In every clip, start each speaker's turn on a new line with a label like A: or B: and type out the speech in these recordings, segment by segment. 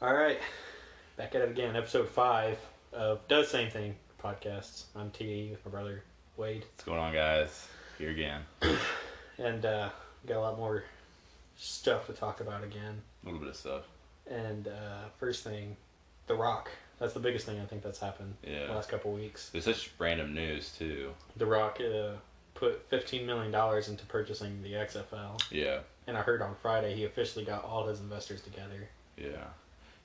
A: All right, back at it again. Episode five of Does Same Thing podcasts. I'm TE with my brother Wade,
B: What's going on, guys? Here again.
A: and uh, got a lot more stuff to talk about again.
B: A little bit of stuff.
A: And uh, first thing, The Rock. That's the biggest thing I think that's happened
B: Yeah.
A: the last couple weeks.
B: There's such random news too.
A: The Rock uh, put 15 million dollars into purchasing the XFL,
B: Yeah,
A: and I heard on Friday he officially got all his investors together.
B: yeah,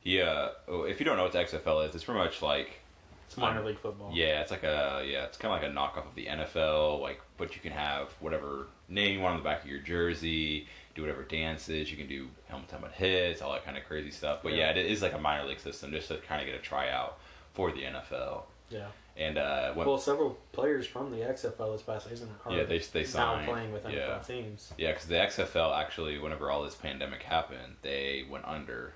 B: yeah. oh, If you don't know what the XFL is, it's pretty much like
A: It's minor league football.
B: yeah, it's like a yeah, it's kind of like a knockoff of the NFL. Like, but you can have whatever name you want on the back of your jersey. Do whatever dances you can do, helmet helmet hits, all that kind of crazy stuff. But
A: Yeah.
B: yeah, it is like a minor league system, just to kind of get a tryout for the NFL.
A: Yeah.
B: And uh, when,
A: Well, several players from the XFL this past season are
B: Yeah, they- they
A: now
B: signed.
A: playing with NFL
B: Yeah.
A: teams.
B: Yeah, because the XFL actually, whenever all this pandemic happened, they went under,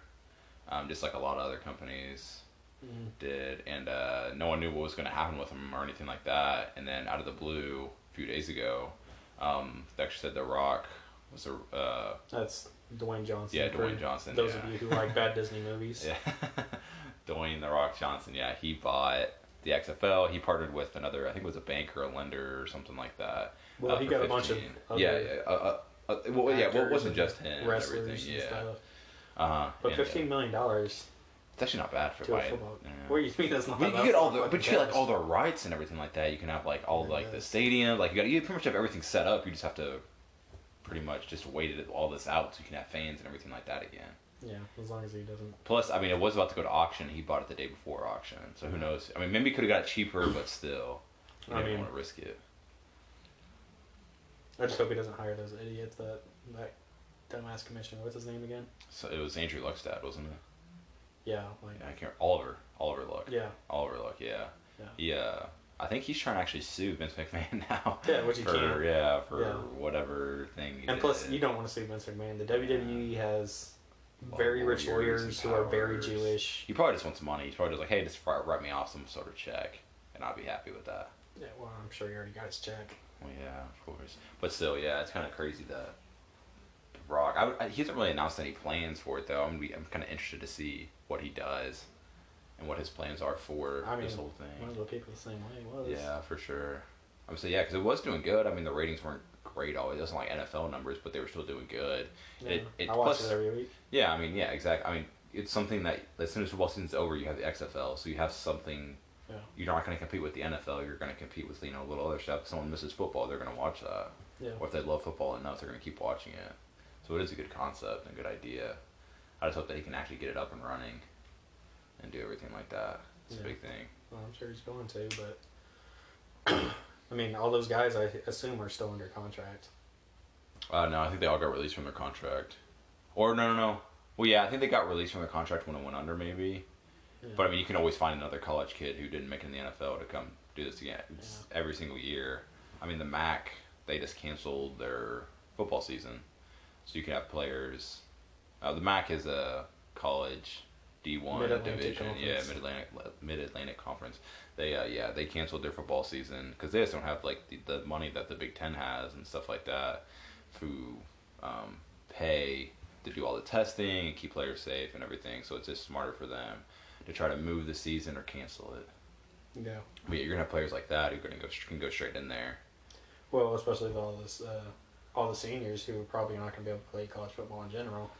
B: um, just like a lot of other companies
A: Mhm.
B: did, and uh, no one knew what was going to happen with them or anything like that. And then out of the blue, a few days ago, um, they actually said The Rock was a uh,
A: That's Dwayne Johnson.
B: Yeah,
A: for
B: Dwayne Johnson,
A: Those
B: yeah.
A: of you who like bad Disney movies.
B: yeah, Dwayne The Rock Johnson. Yeah, he bought the XFL. He partnered with another, I think it was a bank or a lender or something like that.
A: Well,
B: uh,
A: he
B: for
A: got a bunch of
B: 15.
A: other
B: yeah, yeah. Uh, uh, uh, well, yeah, well, it
A: actors
B: wasn't
A: and
B: just him.
A: Wrestlers
B: and everything.
A: and
B: yeah.
A: stuff.
B: Uh-huh.
A: But
B: and, uh,
A: fifteen million dollars
B: It's actually not bad for
A: to a
B: Biden.
A: football.
B: Yeah.
A: What do you mean that's not?
B: But you
A: that's
B: get all
A: not
B: the,
A: fucking
B: but you get like
A: cash.
B: all the rights and everything like that. You can have like all
A: Yeah.
B: like the stadium, like you got you pretty much have everything set up. You just have to pretty much just wait it all this out so you can have fans and everything like that again.
A: Yeah, as long as he doesn't.
B: Plus, I mean, it was about to go to auction. He bought it the day before auction, so who knows? I mean, maybe he could have got it cheaper, but still, you
A: I
B: don't
A: mean-
B: want to risk it.
A: I just hope he doesn't hire those idiots that that dumbass commissioner. What's his name again?
B: So it was Andrew Luckstad, wasn't it?
A: Yeah, like
B: Yeah, I can't. Oliver, Oliver Luck.
A: yeah,
B: Oliver Luck. Yeah.
A: Yeah.
B: Yeah. I think he's trying to actually sue Vince McMahon now.
A: Yeah, which he
B: for,
A: can.
B: Yeah, for
A: Yeah.
B: whatever thing. he
A: and plus
B: did.
A: you don't want to see Vince McMahon. The WWE has very rich
B: Lawyers
A: lawyers
B: and
A: who are very
B: powers.
A: Jewish.
B: He probably just wants money. He's probably just like, hey, just write write me off some sort of check, and I'll be happy with that.
A: Yeah, well, I'm sure you already got his check.
B: Well, yeah, of course. But still, yeah, it's kind of crazy that The Rock. I, would- I, he hasn't really announced any plans for it though. I'm, gonna be- I'm kind of interested to see what he does and what his plans are for
A: I mean,
B: this whole thing.
A: one of the people the same way he was.
B: Yeah, for sure. I'm saying yeah, because it was doing good. I mean, the ratings weren't great always. It wasn't like NFL numbers, but they were still doing good.
A: Yeah.
B: It- it-
A: I watch
B: plus-
A: it every week.
B: Yeah, I mean, yeah, exactly. I mean, it's something that as soon as football season's over, you have the XFL, so you have something.
A: Yeah.
B: You're not going to compete with the NFL. You're going to compete with you know little other stuff. If someone misses football, they're going to watch that.
A: Yeah.
B: Or if they love football enough, they're going to keep watching it. So it is a good concept and a good idea. I just hope that he can actually get it up and running, and do everything like that. It's a
A: Yeah.
B: big thing.
A: Well, I'm sure he's going to, but I mean, all those guys I assume are still under contract.
B: Uh, no, I think they all got released from their contract. Or no, no, no. Well, yeah, I think they got released from their contract when it went under, maybe.
A: Yeah.
B: But I mean, you can always find another college kid who didn't make it in the NFL to come do this again It's every single year. I mean, the MAC they just canceled their football season, so you can have players. Uh, the MAC is a college D one
A: Mid-Atlantic
B: division, yeah,
A: Conference.
B: Mid Atlantic Mid Atlantic Conference. They uh, yeah they canceled their football season because they just don't have like the, the money that the Big Ten has and stuff like that who um, pay to do all the testing and keep players safe and everything. So it's just smarter for them to try to move the season or cancel it.
A: yeah.
B: But yeah, you're gonna have players like that who are gonna go can go straight in there.
A: Well, especially with all this, uh, all the seniors who are probably not going to be able to play college football in general.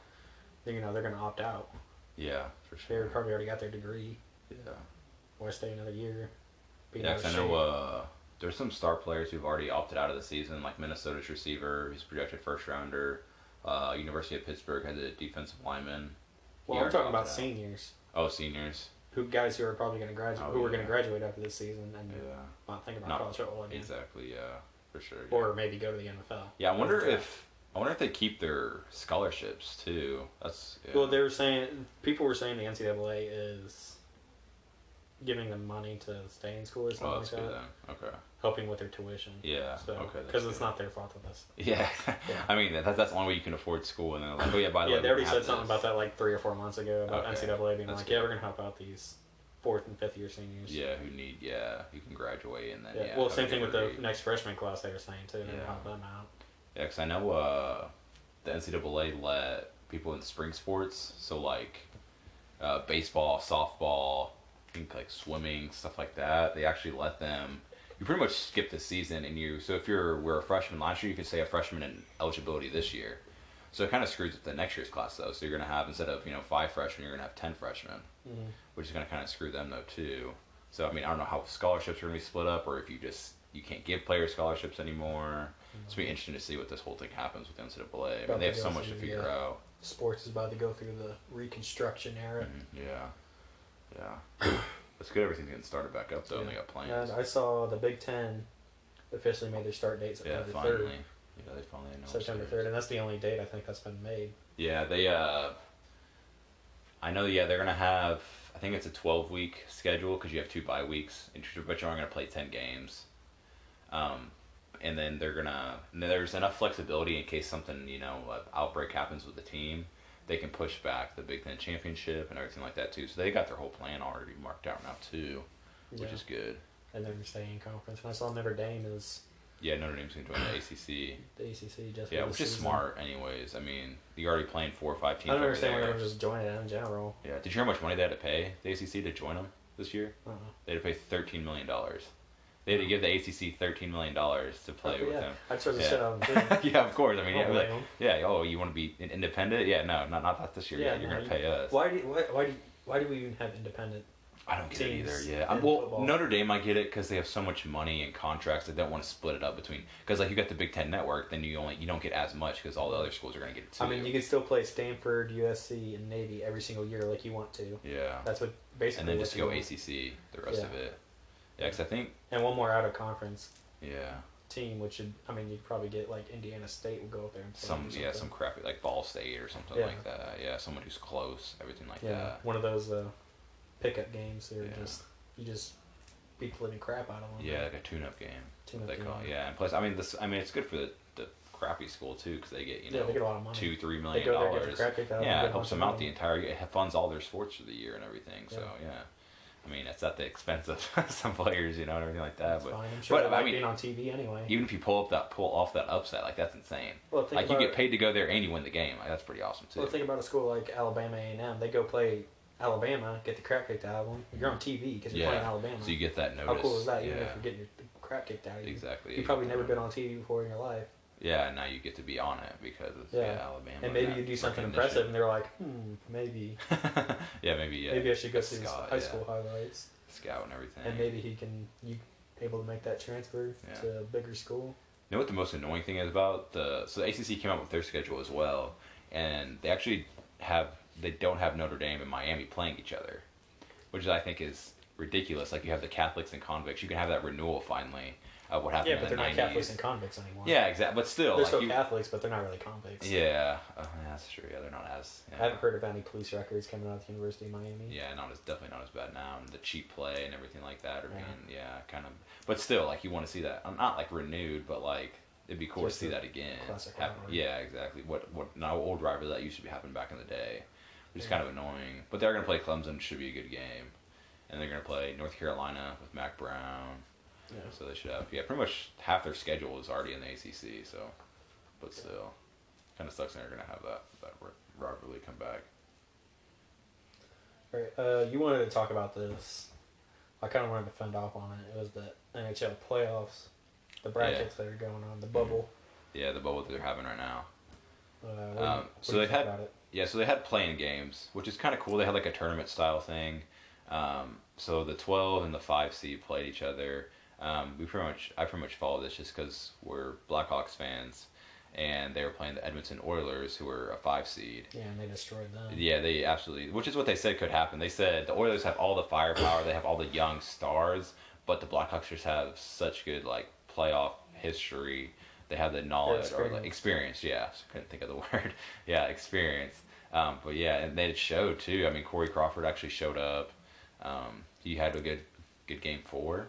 A: Then, You know, they're going to opt out.
B: Yeah, for
A: They
B: sure.
A: probably already got their degree.
B: Yeah,
A: Why stay another year? Be in
B: yeah.
A: out of
B: 'cause I know
A: shape?
B: uh, there's some star players who've already opted out of the season, like Minnesota's receiver, who's projected first rounder. Uh, University of Pittsburgh has a defensive lineman.
A: well,
B: he
A: I'm
B: already
A: talking about
B: opted out.
A: seniors,
B: Oh, seniors.
A: who guys who are probably going to graduate,
B: Oh,
A: who are
B: yeah.
A: going to graduate after this season, and
B: Yeah,
A: not think about
B: Not-
A: college football again,
B: exactly. Yeah, for sure. yeah.
A: or maybe go to the NFL.
B: Yeah, I wonder
A: Okay.
B: if I wonder if they keep their scholarships too. That's yeah.
A: Well, they were saying people were saying the NCAA is giving them money to stay in school or something
B: oh,
A: like
B: that's
A: that,
B: good then. Okay.
A: helping with their tuition.
B: Yeah.
A: So,
B: okay. that's
A: because it's
B: good.
A: not their fault that this.
B: Yeah.
A: Yeah.
B: I mean, that, that's that's the only way you can afford school, and then like, oh yeah, by the
A: yeah,
B: way,
A: they
B: we
A: already
B: have
A: said something
B: this.
A: about that like three or four months ago about
B: Okay.
A: NCAA being
B: That's
A: like,
B: good.
A: yeah, we're gonna help out these fourth and fifth year seniors.
B: Yeah, who need? Yeah, you can graduate and then.
A: Yeah.
B: Yeah.
A: well,
B: have
A: same
B: a
A: thing with the
B: degree.
A: next freshman class they were saying too. They're gonna
B: Yeah.
A: help them out.
B: Yeah, because I know uh, the NCAA let people in spring sports, so like uh, baseball, softball, I think like swimming, stuff like that. They actually let them. You pretty much skip the season, and you. So if you're were a freshman last year, you could say a freshman in eligibility this year. So it kind of screws up the next year's class though. So you're gonna have instead of you know five freshmen, you're gonna have ten freshmen, which is gonna kind of screw them though too. So I mean I don't know how scholarships are gonna be split up, or if you just you can't give players scholarships anymore. It's gonna be interesting to see what this whole thing happens with NCAA. I mean, they have so much to figure out.
A: Sports is about to go through the reconstruction era.
B: Mhm, Yeah, yeah. It's good everything's getting started back up though, and they got Mm-hmm. plans.
A: And I saw the Big Ten officially made their start date
B: Yeah,
A: September
B: finally.
A: third.
B: Yeah, they finally announced.
A: September
B: it.
A: third, and that's the only date I think that's been made.
B: Yeah, they. uh I know. Yeah, they're gonna have. I think it's a twelve week schedule because you have two bye weeks, and you- but you're only gonna play ten games. Um, and then they're gonna. and There's enough flexibility in case something you know like outbreak happens with the team. They can push back the Big Ten championship and everything like that too. So they got their whole plan already marked out now too, which
A: Yeah.
B: is good.
A: and they're gonna stay in conference. And I saw Notre Dame is
B: Yeah, Notre Dame's gonna join the ACC.
A: the ACC just.
B: Yeah,
A: for the
B: which is
A: season.
B: smart, anyways. I mean, you're already playing four or five teams.
A: I don't
B: over
A: understand why
B: there.
A: they're just joining it in general.
B: Yeah. Did you hear how much money they had to pay the ACC to join them this year?
A: I don't know.
B: They had to pay thirteen million dollars. They had to give the ACC thirteen million dollars to play
A: Oh,
B: with
A: yeah.
B: them.
A: I chose the
B: Yeah.
A: shit out of them. too.
B: yeah, of course. I mean,
A: Don't
B: yeah, like,
A: blame 'em.
B: yeah. Oh, you want to be in- independent? Yeah, no, not not that this year. Yeah,
A: Yeah,
B: you're
A: no,
B: gonna
A: you-
B: pay us.
A: Why do you, why, why do you, why do we even have independent?
B: I don't get it either.
A: teams
B: Yeah. I,
A: in
B: well,
A: football.
B: Notre Dame, I get it because they have so much money and contracts. They don't want to split it up between because like you got the Big Ten network, then you only you don't get as much because all the other schools are gonna get it too.
A: I mean, you can still play Stanford, USC, and Navy every single year like you want to.
B: yeah.
A: That's what
B: And
A: basically.
B: then
A: what
B: just
A: you
B: go
A: want.
B: ACC the rest
A: Yeah.
B: of it. Yeah, because I think
A: And one more out of conference
B: yeah.
A: team, which should I mean you could probably get like Indiana State will go up there and play
B: some
A: them or
B: yeah
A: something.
B: some crappy like Ball State or something
A: Yeah.
B: like that. Yeah, someone who's close, everything like
A: yeah
B: that.
A: one of those uh, pickup games. They're
B: Yeah.
A: just you just beat the living crap out of them.
B: Yeah, like a tune-up game.
A: Tune-up
B: they call it.
A: game.
B: Yeah, and plus, I mean, this I mean, it's good for the, the crappy school too because they get you know
A: yeah, they get a lot of money.
B: two three
A: They
B: million
A: go there, get the
B: dollars.
A: crap kicked out. of
B: Yeah,
A: get
B: it
A: a
B: helps
A: bunch of
B: them out the
A: money.
B: entire year. It funds all their sports for the year and everything. So yeah, I mean, it's at the expense of some players, you know, and everything like that.
A: That's
B: but
A: fine. I'm sure
B: but,
A: they
B: I
A: like
B: mean-
A: being on TV anyway.
B: even if you pull up that pull off that upset, like that's insane.
A: well, think
B: like you
A: about,
B: get paid to go there and you win the game. Like that's pretty awesome too.
A: Well, think about a school like Alabama A and M. They go play Alabama, get the crap kicked out of them. You're on TV because you're
B: Yeah.
A: playing Alabama.
B: so you get that
A: How
B: notice.
A: cool is that? Even
B: Yeah,
A: if you're getting your crap kicked out of you,
B: exactly.
A: you've probably never been on TV before in your life.
B: Yeah, and now you get to be on it because it's yeah,
A: Yeah.
B: Alabama.
A: and maybe
B: that
A: you do something impressive, and
B: recognition.
A: they're like, hmm, maybe,
B: yeah, maybe yeah.
A: maybe I should go see his
B: Scott,
A: high
B: yeah.
A: school highlights,
B: scout and everything.
A: and maybe he can you able to make that transfer
B: Yeah.
A: to a bigger school.
B: You know what the most annoying thing is about the so the ACC came out with their schedule as well, and they actually have they don't have Notre Dame and Miami playing each other, which I think is ridiculous. Like you have the Catholics and convicts, you can have that renewal finally of what happened
A: Yeah, but
B: in
A: they're
B: the
A: not
B: nineties.
A: Catholics and convicts anymore.
B: yeah, exactly. But still,
A: they're
B: like
A: still
B: you,
A: Catholics, but they're not really convicts.
B: yeah, uh, that's true. Yeah, they're not as.
A: I
B: Yeah.
A: haven't heard of any police records coming out of the University of Miami.
B: Yeah, not as definitely not as bad now, and the cheap play and everything like that. Or
A: Yeah.
B: being yeah, kind of, but still, like you want to see that. I'm not like renewed, but like it'd be cool
A: Just
B: to see
A: the
B: that again.
A: classic
B: Happen-
A: rivalry.
B: yeah, exactly. What what now old rivalry that used to be happening back in the day, which is kind of annoying. But they're gonna play Clemson, should be a good game, and they're gonna play North Carolina with Mac Brown.
A: Yeah.
B: So they should have yeah, pretty much half their schedule is already in the ACC. So, but still, kind of sucks. that They're gonna have that that ri- rivalry come back.
A: All right, uh, you wanted to talk about this. I kind of wanted to fend off on it. It was the NHL playoffs, the brackets that are going on, the bubble.
B: Yeah, the bubble that they're having right now.
A: Uh, what do you-
B: Um,
A: what
B: so
A: do you
B: they've
A: think
B: had-
A: about it?
B: Yeah, so they had playing games, which is kind of cool. They had like a tournament style thing. Um, so the 12 and the 5 seed played each other. Um, we pretty much, I pretty much follow this just because we're Blackhawks fans, and they were playing the Edmonton Oilers, who were a 5 seed.
A: Yeah, and they destroyed them.
B: Yeah, they absolutely, which is what they said could happen. They said the Oilers have all the firepower, they have all the young stars, but the Blackhawks just have such good like playoff history. They have the knowledge or like
A: experience.
B: experience. Yeah, couldn't think of the word. yeah, experience. Um, but yeah, and they showed too. I mean, Corey Crawford actually showed up. Um, he had a good, good game four.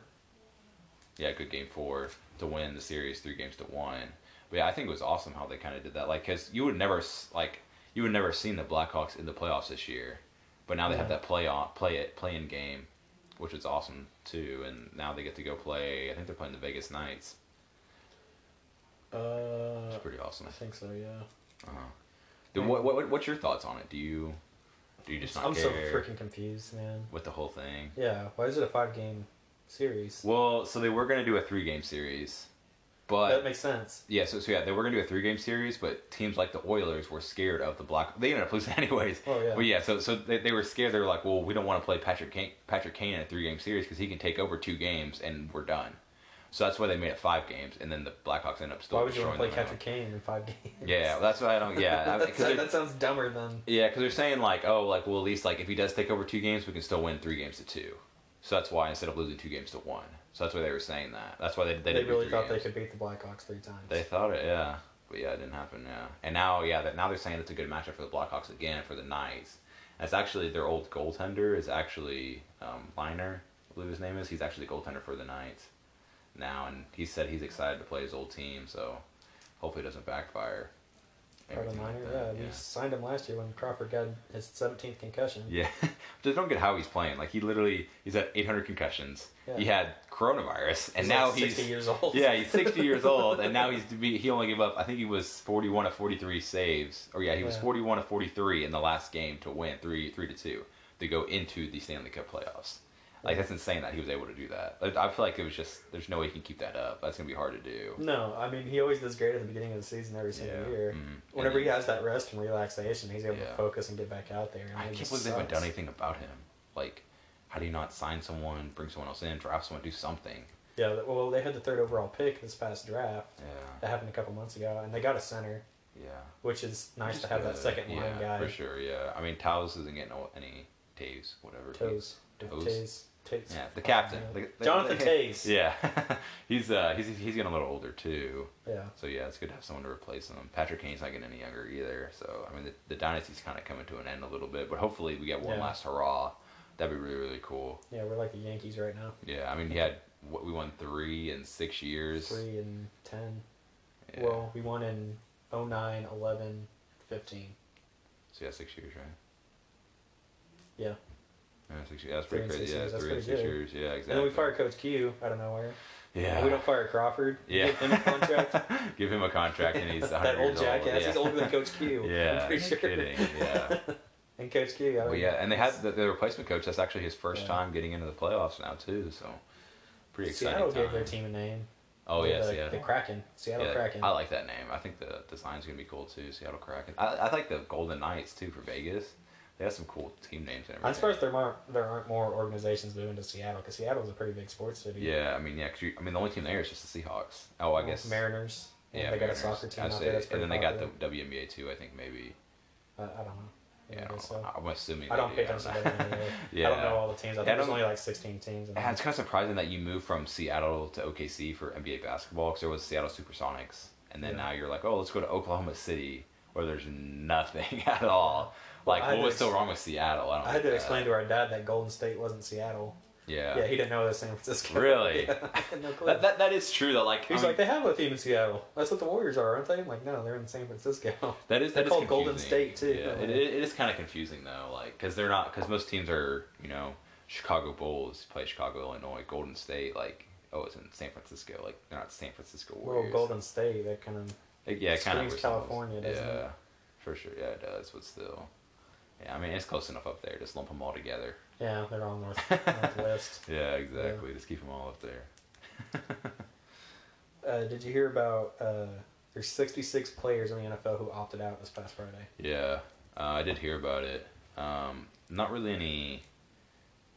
B: Yeah, good game four to win the series, three games to one. But yeah, I think it was awesome how they kind of did that. Like, cause you would never s- like you would never have seen the Blackhawks in the playoffs this year, but now they have
A: Yeah.
B: that play on play it play in game, which is awesome too. And now they get to go play. I think they're playing the Vegas Knights.
A: Uh,
B: It's pretty awesome.
A: I think so. Yeah.
B: Uh-huh. Then what, what what's your thoughts on it? Do you Do you just not
A: I'm
B: care
A: so freaking confused, man.
B: with the whole thing?
A: Yeah, why is it a five game series?
B: Well, so they were gonna do a three game series, but
A: that makes sense.
B: Yeah, so, so yeah, they were gonna do a three game series, but teams like the Oilers were scared of the Black. They ended up losing anyways.
A: Oh, yeah.
B: But yeah, so so they, they were scared. They were like, well, we don't want to play Patrick Kane, Patrick Kane in a three game series because he can take over two games and we're done. So that's why they made it five games, and then the Blackhawks ended up still.
A: Why would you want to play
B: destroying them
A: Patrick Kane in five games?
B: anyway. Yeah, well, that's what I don't. Yeah, I-
A: that,
B: 'cause they're-
A: that sounds dumber than.
B: yeah, because they're saying like, oh, like well, at least like if he does take over two games, we can still win three games to two. So that's why instead of losing two games to one, so that's why they were saying that. That's why they they,
A: They,
B: didn't do
A: really
B: three
A: thought
B: games.
A: they could beat the Blackhawks three times.
B: They thought it, yeah, but yeah, it didn't happen. Yeah, and now, yeah, that now they're saying it's a good matchup for the Blackhawks again for the Knights. That's actually their old goaltender is actually um, Liner, I believe his name is. He's actually the goaltender for the Knights now, and he said he's excited to play his old team. So hopefully it doesn't backfire.
A: Or the
B: Everything like
A: minor,
B: that,
A: yeah. We signed him last year when Crawford got his 17th concussion.
B: yeah. Just don't get how he's playing. Like he literally, he's at 800 concussions.
A: Yeah.
B: He had coronavirus, and
A: He's
B: now
A: like 60
B: he's
A: years old.
B: Yeah, he's 60 years old, and now he's to be, he only gave up. I think he was 41 of 43 saves, or yeah, he was
A: Yeah.
B: 41 of 43 in the last game to win three three to two to go into the Stanley Cup playoffs. Like that's insane that he was able to do that. Like, I feel like it was just there's no way he can keep that up. That's gonna be hard to do.
A: No, I mean he always does great at the beginning of the season every single
B: Yeah.
A: year.
B: Mhm.
A: Whenever
B: And
A: he has that rest and relaxation, he's able
B: Yeah.
A: to focus and get back out there. and
B: I
A: it
B: can't
A: just
B: believe they haven't
A: sucks.
B: done anything about him. Like, how do you not sign someone, bring someone else in, draft someone, do something?
A: Yeah, th- well, they had the third overall pick this past draft.
B: Yeah,
A: That happened a couple months ago, and they got a center,
B: yeah.
A: which is nice
B: Just
A: to have that
B: good.
A: second line
B: yeah,
A: guy.
B: for sure. Yeah, I mean, Taos isn't getting any Taves, whatever.
A: Toes,
B: Toes.
A: Taze, Taze.
B: Yeah, the captain,
A: Yeah.
B: Like, the-
A: Jonathan
B: the-
A: Taze.
B: Yeah, he's uh he's he's getting a little older too.
A: Yeah.
B: So yeah, it's good to have someone to replace him. Patrick Kane's not getting any younger either. So I mean, the, the dynasty's kind of coming to an end a little bit, but hopefully we get one
A: Yeah.
B: last hurrah. That'd be really really cool.
A: Yeah, we're like the Yankees right now.
B: Yeah, I mean, he had what we won three in six years.
A: Three and ten.
B: Yeah.
A: Well, we won in 09, 11, 15.
B: so yeah, six years, right?
A: Yeah.
B: Yeah, six years. That's
A: Three
B: pretty
A: and six
B: crazy. Yeah,
A: years, that's
B: three and
A: pretty
B: six
A: good.
B: years. Yeah, exactly.
A: And then we fired Coach Q out of nowhere.
B: Yeah.
A: We don't fire Crawford. We
B: Yeah.
A: Give him a contract.
B: Give him a contract, and he's 100
A: that old
B: years
A: jackass.
B: Old. Yeah.
A: He's older than Coach Q.
B: Yeah,
A: I'm pretty
B: no
A: sure.
B: kidding. Yeah.
A: And Coach Q. I
B: Well,
A: mean,
B: yeah, and they had the, the replacement coach. That's actually his first
A: Yeah.
B: time getting into the playoffs now too. So pretty exciting.
A: Seattle gave
B: time.
A: their team a name.
B: Oh yeah,
A: the, The
B: Seattle.
A: Kraken. Seattle
B: yeah,
A: Kraken.
B: I like that name. I think the design's gonna be cool too. Seattle Kraken. I, I like the Golden Knights too for Vegas. They have some cool team names and everything.
A: I'm surprised there aren't there aren't more organizations moving to Seattle because Seattle's a pretty big sports city.
B: Yeah, I mean, yeah, 'cause you, I mean, the only team there is just the Seahawks. Oh, I guess.
A: Mariners.
B: Yeah,
A: they
B: Mariners.
A: got a soccer team
B: I'd
A: out
B: say-
A: there. That's
B: and
A: pretty
B: then they
A: popular.
B: got the WNBA too. I think maybe.
A: I, I don't know.
B: Yeah, I
A: I guess
B: don't,
A: so.
B: I'm assuming.
A: I
B: they
A: don't
B: do,
A: pick on
B: know.
A: Seattle.
B: Yeah.
A: I don't know all the teams. I
B: Yeah,
A: think
B: I
A: there's
B: don't-
A: only like 16 teams. in
B: Yeah, it's
A: the-
B: kind of surprising that you moved from Seattle to OKC for NBA basketball because there was Seattle Supersonics, and then
A: Yeah.
B: now you're like, oh, let's go to Oklahoma City where there's nothing at all. Like,
A: Well, I had
B: what
A: to
B: was so
A: ex-
B: wrong with Seattle? I don't.
A: I had
B: get
A: to
B: that.
A: explain to our dad that Golden State wasn't Seattle.
B: Yeah.
A: Yeah, he didn't know that was San Francisco.
B: Really?
A: Yeah, I had no clue.
B: that, that, that is true. That like, I
A: He's
B: mean,
A: like, they have a team in Seattle. That's what the Warriors are, aren't they? I'm like, no, they're in San Francisco.
B: that is
A: they're
B: that is
A: called Golden
B: confusing.
A: State, too.
B: Yeah, it, it, it is kind of confusing though, like because they're not because most teams are you know Chicago Bulls play Chicago Illinois Golden State like oh it's in San Francisco like they're not San Francisco
A: well,
B: Warriors.
A: Golden State, that kind of.
B: It, yeah, it kind of
A: Screams California, doesn't
B: yeah,
A: it?
B: for sure. Yeah, it does. But still, yeah, I mean, it's close enough up there. Just lump them all together.
A: Yeah, they're all north northwest.
B: Yeah, exactly. Just keep them all up there.
A: Uh, did you hear about? Uh, there's 66 players in the NFL who opted out this past Friday.
B: Yeah, uh, I did hear about it. Um, not really any.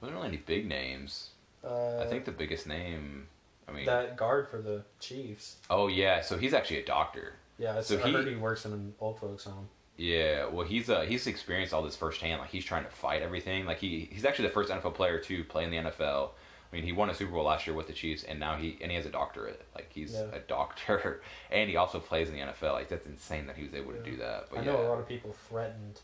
B: Wasn't really any big names.
A: Uh,
B: I think the biggest name. I mean,
A: that guard for the Chiefs.
B: oh yeah, so he's actually a doctor.
A: Yeah, it's,
B: So
A: I
B: he-
A: heard he works in an old folks home.
B: Yeah, well, he's uh, he's experienced all this firsthand. Like he's trying to fight everything. Like he he's actually the first NFL player to play in the NFL. I mean, he won a Super Bowl last year with the Chiefs, and now he and he has a doctorate. Like he's
A: Yeah.
B: a doctor, and he also plays in the NFL. Like that's insane that he was able to
A: Yeah.
B: do that. But
A: I
B: yeah,
A: know a lot of people threatened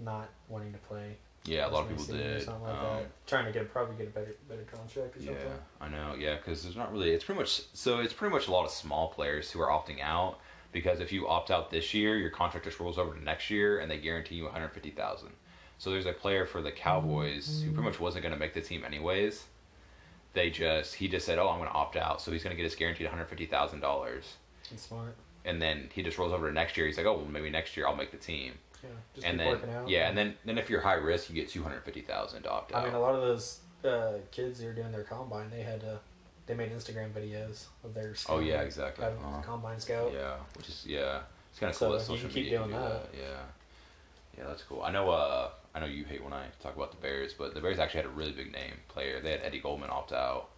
A: not wanting to play.
B: yeah, a lot of
A: this
B: people
A: next season or
B: did.
A: Something like
B: Um,
A: that. Trying to get probably get a better better contract or
B: Yeah,
A: something.
B: I know. Yeah, because there's not really. It's pretty much so. It's pretty much a lot of small players who are opting out because if you opt out this year, your contract just rolls over to next year, and they guarantee you 150 thousand. So there's a player for the Cowboys who pretty much wasn't going to make the team anyways. They just he just said, "Oh, I'm going to opt out," so he's going to get his guaranteed 150 thousand dollars,
A: It's smart.
B: and then he just rolls over to next year. He's like, "Oh, well, maybe next year I'll make the team."
A: Yeah, just
B: and
A: keep
B: then
A: working out.
B: yeah, and then then if you're high risk, you get two hundred fifty thousand to opt out.
A: I mean, a lot of those uh, kids who were doing their combine, they had uh, they made Instagram videos of their.
B: oh yeah,
A: scouting,
B: exactly.
A: having
B: Uh-huh.
A: a combine scout.
B: Yeah, which is yeah, it's kind of
A: So
B: cool that
A: you
B: social
A: can keep
B: media
A: doing
B: can do that.
A: that.
B: Yeah, yeah, that's cool. I know. Uh, I know you hate when I talk about the Bears, but the Bears actually had a really big name player. They had Eddie Goldman opt out,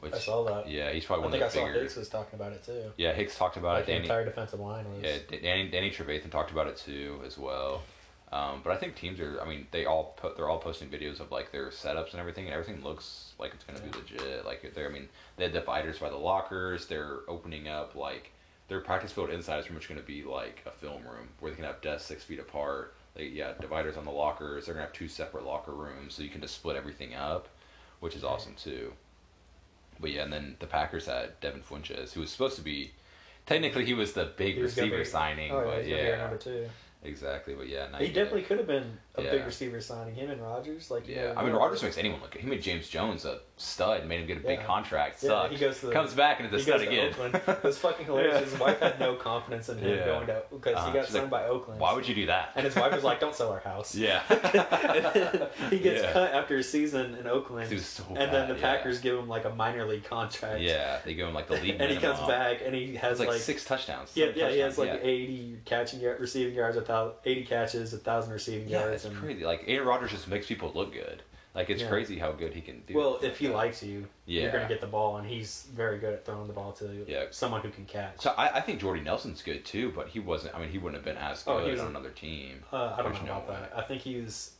B: which
A: I saw that.
B: yeah, he's probably
A: I
B: one of
A: think
B: the
A: I saw
B: bigger.
A: Hicks was talking about it too.
B: Yeah, Hicks talked about
A: like
B: it.
A: the
B: Danny,
A: entire defensive line was.
B: yeah, D- Danny, Danny Trevathan talked about it too as well. Um, but I think teams are. I mean, they all po- they're all posting videos of like their setups and everything, and everything looks like it's gonna be legit. Like they're. I mean, they had dividers by the lockers. They're opening up like their practice field inside is pretty much gonna be like a film room where they can have desks six feet apart. Like yeah, dividers on the lockers. They're gonna have two separate locker rooms, so you can just split everything up, which is awesome too. But yeah, and then the Packers had Devin Funches, who was supposed to be. Technically, he was the big
A: He was gonna
B: receiver
A: be-
B: signing,
A: Oh yeah,
B: but
A: he's gonna be our
B: yeah,
A: number two.
B: exactly. But yeah, now
A: He
B: you get it.
A: definitely could have been a
B: Yeah.
A: big receiver signing him and Rogers. Like you
B: Yeah,
A: never
B: I mean
A: know.
B: Rodgers makes anyone look good. He made James Jones a stud, made him get a big
A: Yeah.
B: contract.
A: Yeah,
B: Sucked.
A: he goes to the-
B: comes back and
A: He
B: it's a stud
A: goes to
B: again.
A: Oakland. It's fucking hilarious.
B: Yeah.
A: His wife had no confidence in him
B: Yeah.
A: going to because
B: Uh-huh.
A: he got
B: She's like,
A: signed by Oakland.
B: Why would you do that?
A: and his wife was like, "Don't sell our house."
B: yeah,
A: And then he gets
B: Yeah.
A: cut after a season in Oakland,
B: He was so
A: and then
B: bad,
A: the
B: yeah.
A: Packers give him like a minor league contract.
B: Yeah, they give him like the league.
A: and he comes
B: minimum.
A: back and he
B: It's
A: has
B: like,
A: like,
B: six touchdowns.
A: yeah,
B: seven
A: yeah, he has like
B: touchdowns,
A: eighty catching yard, receiving yards, a thou- eighty catches, a thousand receiving
B: yeah. yeah,
A: yards.
B: it's
A: and,
B: crazy. Like Aaron Rodgers just makes people look good. Like it's
A: Yeah.
B: crazy how good he can do.
A: well, if he
B: Yeah.
A: likes you,
B: Yeah.
A: you're gonna get the ball, and he's very good at throwing the ball to
B: Yeah.
A: someone who can catch.
B: So I, I think Jordy Nelson's good too, but he wasn't. I mean, he wouldn't have been as good
A: Oh, he was-
B: on another team.
A: Uh, I don't
B: There's
A: know
B: no
A: about that. I think he's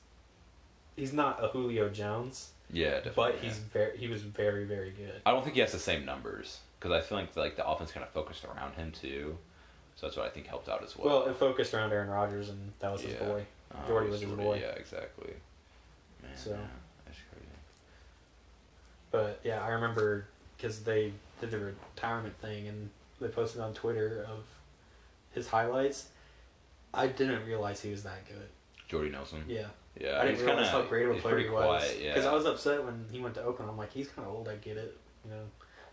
A: he's not a Julio Jones,
B: Yeah, definitely.
A: but
B: yeah.
A: he's very he was very very good.
B: I don't think he has the same numbers because I feel like the, like the offense kind of focused around him too, so that's what I think helped out as well.
A: Well, it focused around Aaron Rodgers, and that was his
B: Yeah.
A: boy.
B: Uh,
A: Jordy was his
B: Jordy,
A: boy.
B: Yeah, exactly. Man,
A: So-
B: yeah, that's crazy.
A: But yeah, I remember because they did the retirement thing and they posted on Twitter of his highlights. I didn't realize he was that good.
B: Jordy Nelson.
A: Yeah,
B: Yeah,
A: I
B: he's
A: didn't realize
B: kinda-
A: how great of a
B: he's
A: player
B: pretty
A: he was.
B: quiet, yeah.
A: I was upset when he went to Oakland. I'm like, he's kind of old. I get it. You know,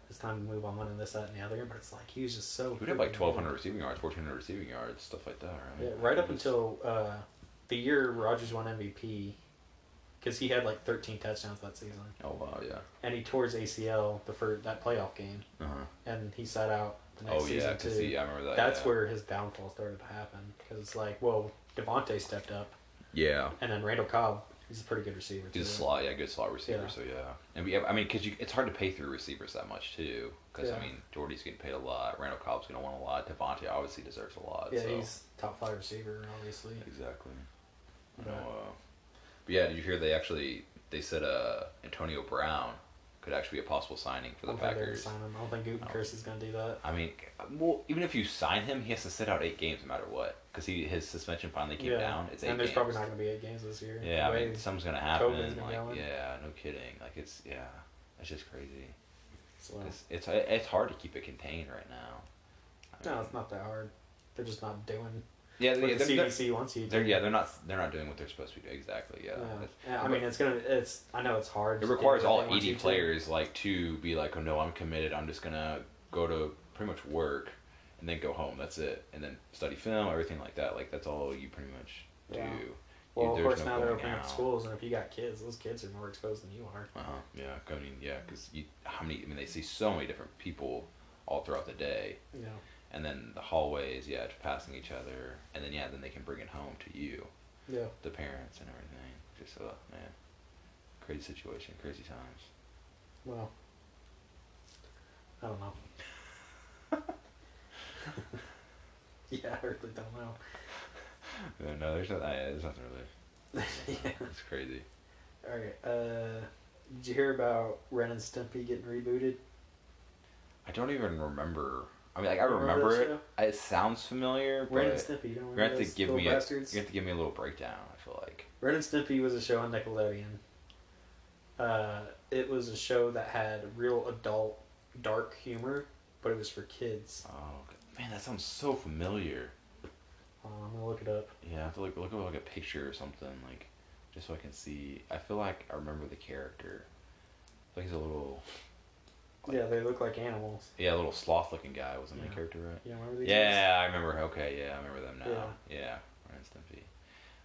A: it's time to move on and this, that, and the other. But it's like he was just so.
B: He would have like
A: freaking good.
B: twelve hundred receiving yards, fourteen hundred receiving yards, stuff like that, right?
A: Yeah, right up
B: He was-
A: until uh, the year Rogers won MVP, because he had like 13 touchdowns that season,
B: Oh wow, yeah.
A: and he tore his ACL the first that playoff game,
B: Uh-huh.
A: and he sat out the next
B: Oh yeah,
A: season
B: I
A: too.
B: can see. I remember that.
A: That's
B: yeah.
A: where his downfall started to happen, because it's like, well, Devontae stepped up,
B: Yeah.
A: and then Randall Cobb, he's a pretty good receiver too.
B: He's a slot, yeah, good slot receiver.
A: Yeah.
B: So yeah, and we, have, I mean, because it's hard to pay through receivers that much too. Because I
A: Yeah.
B: mean, Jordy's getting paid a lot. Randall Cobb's going to want a lot. Devontae obviously deserves a lot.
A: Yeah,
B: so.
A: he's top five receiver, obviously.
B: exactly. I
A: Yeah.
B: know. Uh, but yeah, did you hear they actually they said uh Antonio Brown could actually be a possible signing for
A: I
B: the
A: don't think they're gonna
B: Packers.
A: sign him. I don't think Gutenkirst is gonna do that.
B: I mean, well, even if you sign him, he has to sit out eight games no matter what. Because he his suspension finally came
A: yeah,
B: down. It's eight
A: and there's
B: games.
A: probably not gonna be eight games this year. The
B: Yeah, I
A: way
B: mean, something's gonna happen.
A: COVID's been
B: like,
A: going.
B: yeah, no kidding. Like, it's yeah, that's just crazy.
A: it's like-
B: It's, it's it's hard to keep it contained right now. I
A: No,
B: mean,
A: it's not that hard. They're just not doing
B: Yeah,
A: what
B: they,
A: the
B: they're, they're,
A: CDC wants you to.
B: they're- yeah, they're not they're not doing what they're supposed to do exactly.
A: Yeah.
B: Yeah, That's-
A: Yeah, I mean, it's gonna. It's. I know it's hard.
B: it
A: to
B: requires
A: do what
B: all
A: they want
B: eighty
A: you to.
B: players like to be like, oh no, I'm committed. I'm just gonna go to pretty much work and then go home. That's it, and then study film, everything like that. Like that's all you pretty much do.
A: Yeah.
B: You-
A: Well, of
B: there's
A: course,
B: no
A: now they're
B: going
A: opening up
B: out.
A: schools, and if you got kids, those kids are more exposed than you are.
B: Uh huh. Yeah. I mean, yeah, because how many? I mean, they see so many different people all throughout the day.
A: You know.
B: and then the hallways, yeah, passing each other, and then yeah, then they can bring it home to you,
A: Yeah.
B: the parents, and everything. Just uh, man, crazy situation, crazy times.
A: Well. I don't know. yeah, I really don't know.
B: Yeah, no, there's nothing. Yeah, there's nothing really.
A: yeah.
B: It's crazy.
A: All right. Uh, did you hear about Ren and Stimpy getting rebooted?
B: I don't even remember. I mean, like I
A: You remember
B: remember,
A: that
B: it. It sounds familiar,
A: Ren and
B: but
A: Stimpy. You don't
B: you're
A: remember
B: gonna have to
A: those
B: give
A: little
B: me. A, you're
A: bastards?
B: gonna have to give me a little breakdown. I feel like.
A: Ren and Stimpy was a show on Nickelodeon. Uh, it was a show that had real adult, dark humor, but it was for kids.
B: Oh okay. man, that sounds so familiar.
A: Uh, I'm gonna look it up.
B: Yeah, I have to like look up like a picture or something like, just so I can see. I feel like I remember the character. I think he's a little
A: Yeah, they look like animals.
B: yeah, a little sloth looking guy was the main
A: Yeah.
B: character, right?
A: You don't remember these?
B: Yeah, I remember. Okay, yeah, I remember them now. Yeah, instant fee.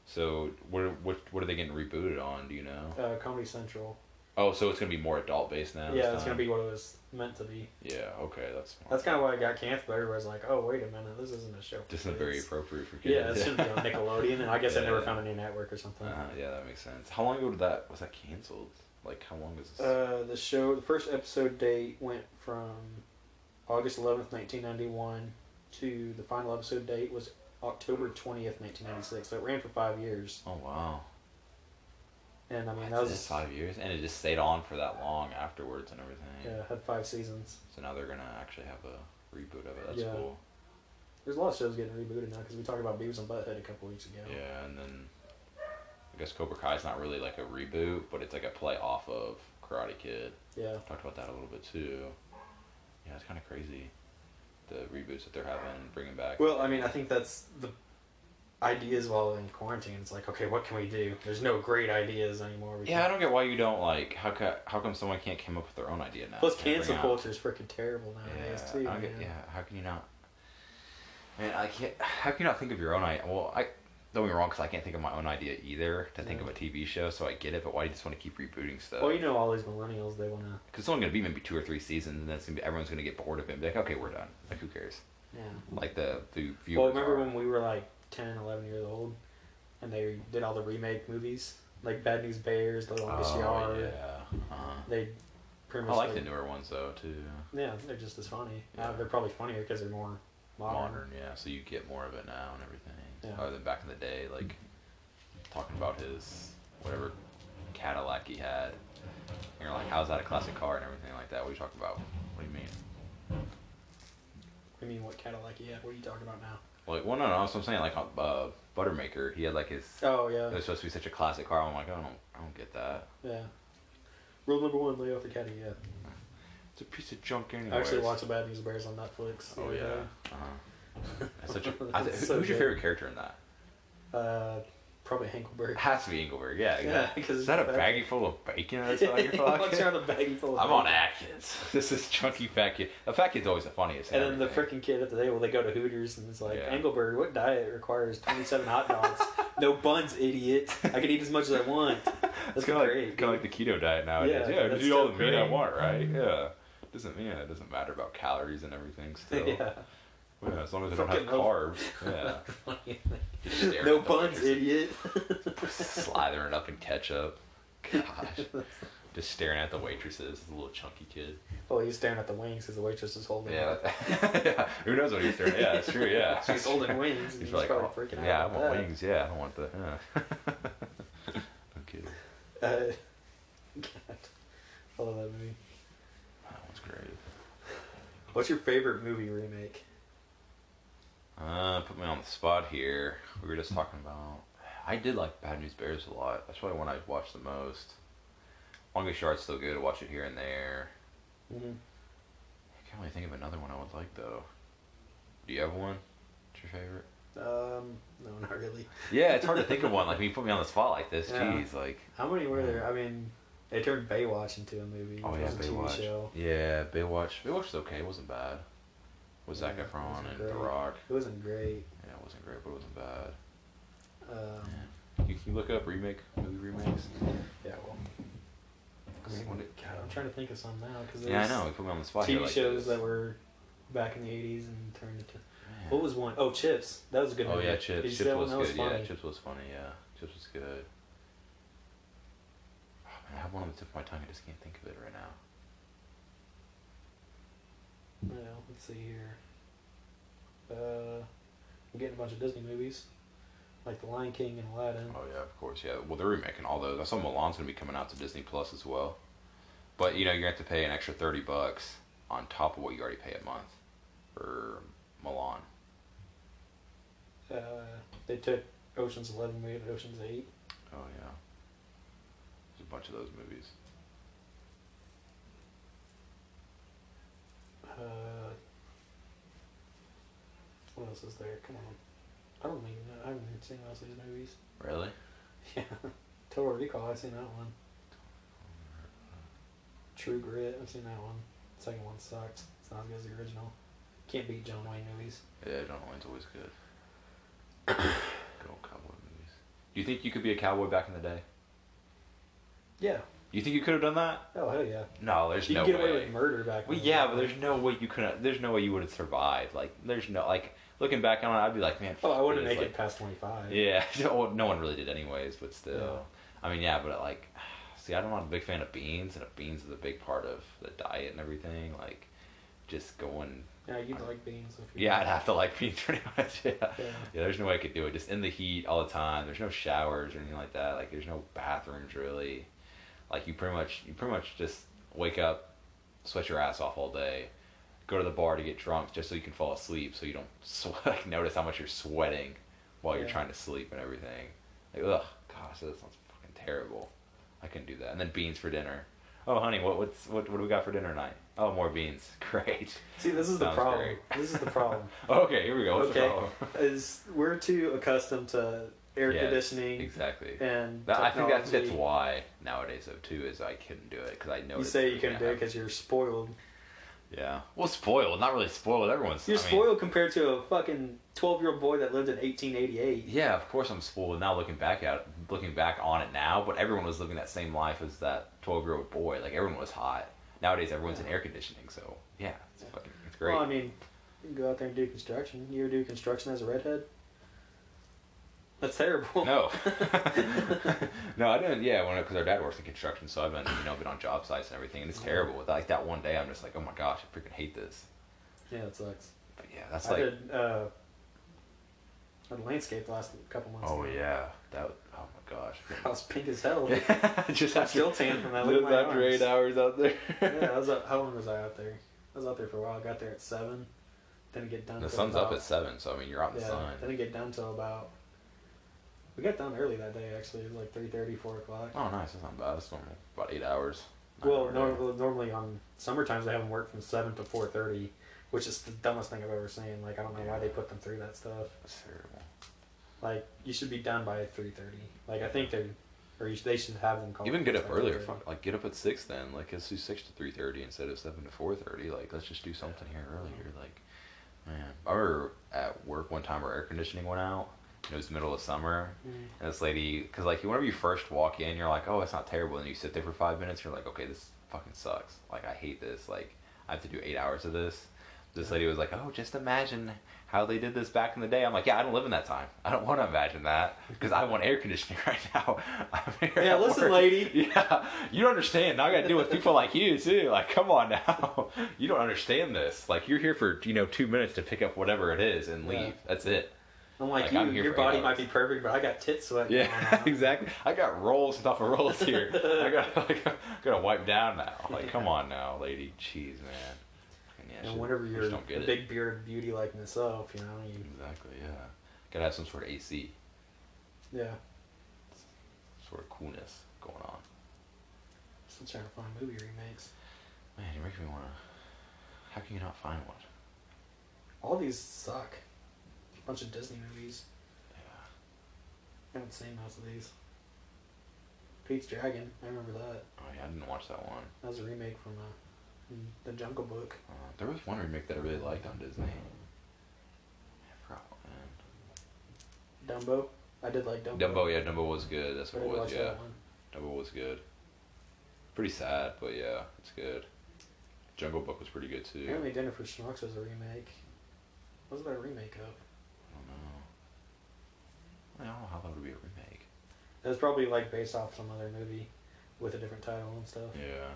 B: So what what what are they getting rebooted on? Do you know?
A: Uh, Comedy Central.
B: Oh, so it's gonna be more adult based now.
A: yeah, it's gonna be what it was meant to be.
B: be. Yeah. Okay, that's. Smart.
A: That's kind of why it got canceled. Everybody's like, "Oh, wait a minute, this isn't a show." for
B: Just not
A: kids."
B: very appropriate for kids.
A: Yeah, it shouldn't be on Nickelodeon, and I guess I
B: Yeah.
A: never found a new network or something.
B: Uh-huh, yeah, that makes sense. How long ago did that was that canceled? Like how long is this?
A: Uh, the show, the first episode date went from August 11th, 1991 to the final episode date was October 20th, 1996. So it ran for five years.
B: oh wow,
A: And I mean, that
B: that's
A: was,
B: just five years, and it just stayed on for that long afterwards and everything.
A: yeah, had five seasons.
B: So now they're gonna actually have a reboot of it. That's
A: Yeah.
B: cool.
A: There's a lot of shows getting rebooted now because we talked about Beavis and Butthead a couple weeks ago.
B: Yeah. and then I guess Cobra Kai's not really like a reboot, but it's like a play off of Karate Kid.
A: Yeah.
B: Talked about that a little bit too. Yeah, it's kind of crazy. The reboots that they're having, bringing back.
A: Well, I mean, I think that's the ideas while in quarantine. It's like, okay, what can we do? There's no great ideas anymore. We
B: yeah, I
A: can't-
B: don't get why you don't like how ca- how come someone can't come up with their own idea now?
A: Plus,
B: Can't bring
A: cancel
B: out-
A: culture is freaking terrible nowadays,
B: Yeah,
A: too.
B: I don't get,
A: man.
B: yeah, how can you not? Man, I can't. How can you not think of your own idea? Well, I don't get me wrong, because I can't think of my own idea either to think
A: Yeah.
B: of a TV show. So I get it, but why do you just want to keep rebooting stuff?
A: Well, you know, all these millennials, they want to.
B: Because it's only going to be maybe two or three seasons, and then it's gonna be, everyone's going to get bored of it and be like, okay, we're done. Like, who cares?
A: Yeah.
B: Like, the, the viewers.
A: Well, remember
B: are-
A: when we were like 10, 11 years old and they did all the remake movies? Like Bad News Bears, The Longest
B: Oh,
A: Yard.
B: yeah. Uh-huh.
A: They pretty
B: I
A: much.
B: like the newer ones, though, too.
A: Yeah, they're just as funny.
B: Yeah.
A: Uh, they're probably funnier because they're more modern.
B: Modern, yeah. So you get more of it now and everything.
A: Yeah.
B: Other than back in the day, like, talking about his whatever Cadillac he had. And you're like, how's that a classic car and everything like that? What are you talking about? What do you mean?
A: I mean, what Cadillac you had? What are you talking about now?
B: Like, well, no, no, that's what I'm saying. Like, uh, Buttermaker, he had, like, his.
A: Oh,
B: It
A: yeah.
B: was supposed to be such a classic car. I'm like, I don't, I don't get that.
A: Yeah. Rule number one lay off the Caddy, yeah.
B: It's a piece of junk anyway.
A: I actually watched the Bad News Bears on Netflix. the
B: Oh
A: other
B: yeah.
A: day.
B: Uh-huh. That's such a, I th-
A: It's
B: who-
A: so
B: who's your
A: good.
B: favorite character in that?
A: Uh, probably Hankleberg.
B: It has to be Engelberg. Yeah.
A: Yeah,
B: exactly.
A: 'cause
B: is that a
A: it's fat.
B: baggie full of bacon? That's on your
A: Once you're
B: pocket?
A: on the bag full of
B: I'm on
A: bacon.
B: Atkins. This is chunky fat kid. A fat kid's always the funniest. in
A: And then the
B: everything.
A: freaking kid at the table, they go to Hooters and it's like,
B: Yeah.
A: Engelbert, what diet requires 27 hot dogs? no buns, idiot. I can eat as much as I want. That's
B: It's kind of
A: great.
B: like, kind of like the keto diet nowadays.
A: Yeah,
B: Yeah, I
A: that's
B: just eat all the
A: still
B: meat I
A: great.
B: want, right? Yeah. Doesn't mean yeah, it doesn't matter about calories and everything. Still,
A: yeah.
B: Yeah, as long as they don't
A: Fucking
B: have
A: no-
B: carbs. Yeah. Just stare
A: no
B: at the
A: buns,
B: waiters.
A: idiot.
B: slathering up in ketchup. Gosh. Just staring at the waitresses, the little chunky kid.
A: well, Oh, he's staring at the wings because the waitress is holding
B: Yeah.
A: it.
B: yeah. Who knows what he's staring at? Yeah, that's true, yeah.
A: She's holding wings. And
B: He's
A: he's
B: like,
A: probably
B: "Oh,
A: freaking out.
B: yeah, I
A: about
B: want
A: that.
B: wings. Yeah, I don't want the. Yeah. no kidding.
A: Uh, God. I love that movie.
B: That one's great.
A: What's your favorite movie remake?
B: Uh, put me on the spot here. We were just talking about. I did like Bad News Bears a lot. That's probably one I watched the most. Longest Yard's still good. I watch it here and there.
A: Mm-hmm.
B: I can't really think of another one I would like though. Do you have one? What's your favorite?
A: Um, no, not really.
B: Yeah, it's hard to think of one. Like when you put me on the spot like this,
A: Yeah.
B: jeez, like
A: How many were there? I mean, they turned Baywatch into a movie.
B: oh
A: which
B: yeah,
A: was a TV
B: Baywatch.
A: show.
B: Yeah, Baywatch. Baywatch was okay. It wasn't bad. With Zac
A: Yeah, it
B: Efron
A: wasn't
B: and
A: great.
B: The Rock.
A: It wasn't great.
B: Yeah, it wasn't great, but it wasn't bad.
A: Um,
B: You can look up remake movie remakes.
A: yeah, well, I mean,
B: What it-
A: God, I'm trying to think of some now because
B: yeah, I know. You put me on the spot.
A: TV
B: here like
A: shows
B: this.
A: that were back in the '80s and turned into.
B: Man.
A: What was one? Oh, Chips. That was a good
B: Oh
A: movie.
B: yeah,
A: Did you
B: Chips.
A: see
B: Chips
A: that one?
B: was
A: That
B: good. Yeah,
A: funny.
B: Chips was funny. Yeah, Chips was good. Oh, man, I have one on the tip of my tongue. I just can't think of it right now.
A: Yeah, let's see here. Uh, I'm getting a bunch of Disney movies, like The Lion King and Aladdin.
B: Oh yeah, of course, yeah. Well, they're remaking all those. I saw Milan's gonna be coming out to Disney Plus as well, but you know you're gonna have to pay an extra thirty bucks on top of what you already pay a month for Milan.
A: Uh, they took Ocean's Eleven, made it Ocean's Eight.
B: Oh yeah, there's a bunch of those movies.
A: Uh, what else is there? Come on. I don't even know. I haven't even seen most of these movies.
B: Really?
A: Yeah. Total Recall, I've seen that one. True Grit, I've seen that one. Second one sucks. It's not as good as the original. Can't beat John Wayne movies.
B: Yeah, John Wayne's always good. Go Do you think you could be a cowboy back in the day?
A: Yeah.
B: You think you could have done that?
A: Oh hell yeah.
B: No, there's
A: You
B: no
A: can get
B: way.
A: away with murder back.
B: Well,
A: then.
B: yeah, but there's no way you couldn't. There's no way you would have survived. Like, there's no like looking back on it, I'd be like, man.
A: Oh, I
B: fuck
A: wouldn't
B: this,
A: make
B: like-
A: it past twenty five.
B: Yeah, no, no one really did anyways, but still. I mean, yeah, but like, see, I'm not a big fan of beans, and beans is a big part of the diet and everything. Like, just going.
A: Yeah, you'd like beans if you.
B: Yeah, I'd have to like beans pretty much. Yeah. yeah.
A: Yeah.
B: there's no way I could do it. Just in the heat all the time. There's no showers or anything like that. Like, there's no bathrooms really. Like, you pretty much, you pretty much just wake up, sweat your ass off all day. Go to the bar to get drunk just so you can fall asleep, so you don't sweat, like notice how much you're sweating while you're
A: Yeah.
B: trying to sleep and everything. Like, ugh, gosh, that sounds fucking terrible. I couldn't do that. And then beans for dinner. Oh, honey, what what's what, what do we got for dinner tonight? Oh, more beans. Great.
A: See, this is the
B: Sounds
A: problem.
B: great.
A: This is the problem.
B: Okay, here we go. What's the
A: okay,
B: problem?
A: is we're too accustomed to air
B: Yes,
A: conditioning
B: Exactly.
A: and
B: That, I think that's that's
A: technology.
B: why nowadays though too is I couldn't do it because I know
A: You say you couldn't do it because you're spoiled.
B: yeah. Well, spoiled. Not really spoiled. Everyone's
A: You're
B: I mean-
A: spoiled compared to a fucking twelve-year-old boy that lived in 1888.
B: Yeah, of course I'm spoiled now looking back at looking back on it now, but everyone was living that same life as that twelve year old boy. Like everyone was hot. Nowadays everyone's in air conditioning, so yeah, it's fucking it's great.
A: Well, I mean, you can go out there and do construction. You ever do construction as a redhead? That's terrible.
B: no, no, I didn't. Yeah, because our dad works in construction, so I've been you know been on job sites and everything, and it's terrible. Like that one day, I'm just like, oh my gosh, I freaking hate this.
A: Yeah, it sucks.
B: But yeah, that's
A: I
B: like
A: did uh, a landscape last couple months.
B: oh
A: ago.
B: yeah, that would- oh my gosh.
A: I was pink as hell. yeah,
B: just
A: I'm
B: after,
A: still tan from that look
B: just
A: in my
B: after eight hours out there.
A: I was up, how long was I out there? I was out there for a while. I got there at seven. Didn't get done.
B: The
A: till
B: sun's up
A: about-
B: at seven, so I mean you're out in the sun.
A: Didn't get done till about. We got done early that day. Actually, it was like 3:30, 4 o'clock.
B: Oh, nice. That's not bad. That's normal. About eight hours. Nine
A: Well,
B: hour day.
A: nor- normally on summer times they have them work from seven to 4:30, which is the dumbest thing I've ever seen. Like I don't know why they put them through that stuff.
B: That's terrible.
A: Like you should be done by 3:30. Like I think they're, or you, sh- they should have them call.
B: Even get up
A: by
B: earlier.
A: 3:30.
B: Fuck, like get up at six then. Like let's do six to three thirty instead of seven to four thirty. Like let's just do something here earlier. Like, man, I remember at work one time our air conditioning went out. and It was middle of summer,
A: Mm.
B: and this lady, because like whenever you first walk in, you're like, oh, it's not terrible, and you sit there for five minutes, you're like, okay, this fucking sucks. Like I hate this. Like I have to do eight hours of this. This
A: Yeah.
B: lady was like, oh, just imagine how they did this back in the day. I'm like, yeah, I don't live in that time. I don't want to imagine that because I want air conditioning right now. I'm here
A: Yeah,
B: at
A: listen,
B: work.
A: lady.
B: Yeah, you don't understand. Now I got to deal with people like you too. Like, come on now. You don't understand this. Like, you're here for you know two minutes to pick up whatever it is and leave.
A: Yeah.
B: That's it.
A: I'm like,
B: Like,
A: you,
B: I'm here
A: your
B: for eight
A: body
B: hours.
A: might be perfect, but I got tit sweat.
B: Yeah,
A: going on.
B: exactly. I got rolls and off of rolls here. I got like, I gotta wipe down now. Like, come on now, lady. Jeez, man. Fucking yeah,
A: And
B: shit.
A: whenever
B: You
A: you're
B: just
A: a
B: don't get it.
A: big bearded beauty like myself, you know, you,
B: Exactly. Yeah. Gotta have some sort of AC,
A: yeah.
B: sort of coolness going on.
A: Still trying to find movie remakes.
B: Man, you make me wanna. How can you not find one?
A: All these suck. A bunch of Disney movies.
B: Yeah.
A: I haven't seen most of these. Pete's Dragon, I remember that.
B: Oh yeah, I didn't watch that one.
A: That was a remake from uh, the Jungle Book.
B: Uh, there was one remake that I really liked on Disney. I forgot what, man.
A: Dumbo. I did like Dumbo.
B: Dumbo, yeah, Dumbo was good. That's
A: I
B: what
A: did
B: it was,
A: watch
B: yeah.
A: that one.
B: Dumbo was good. Pretty sad, but yeah, it's good. Jungle Book was pretty good too.
A: Apparently, Jennifer Schnucks was a remake. What was that a remake of?
B: I don't know. I don't know how that would be a remake.
A: It was probably like based off some other movie with a different title and stuff.
B: Yeah.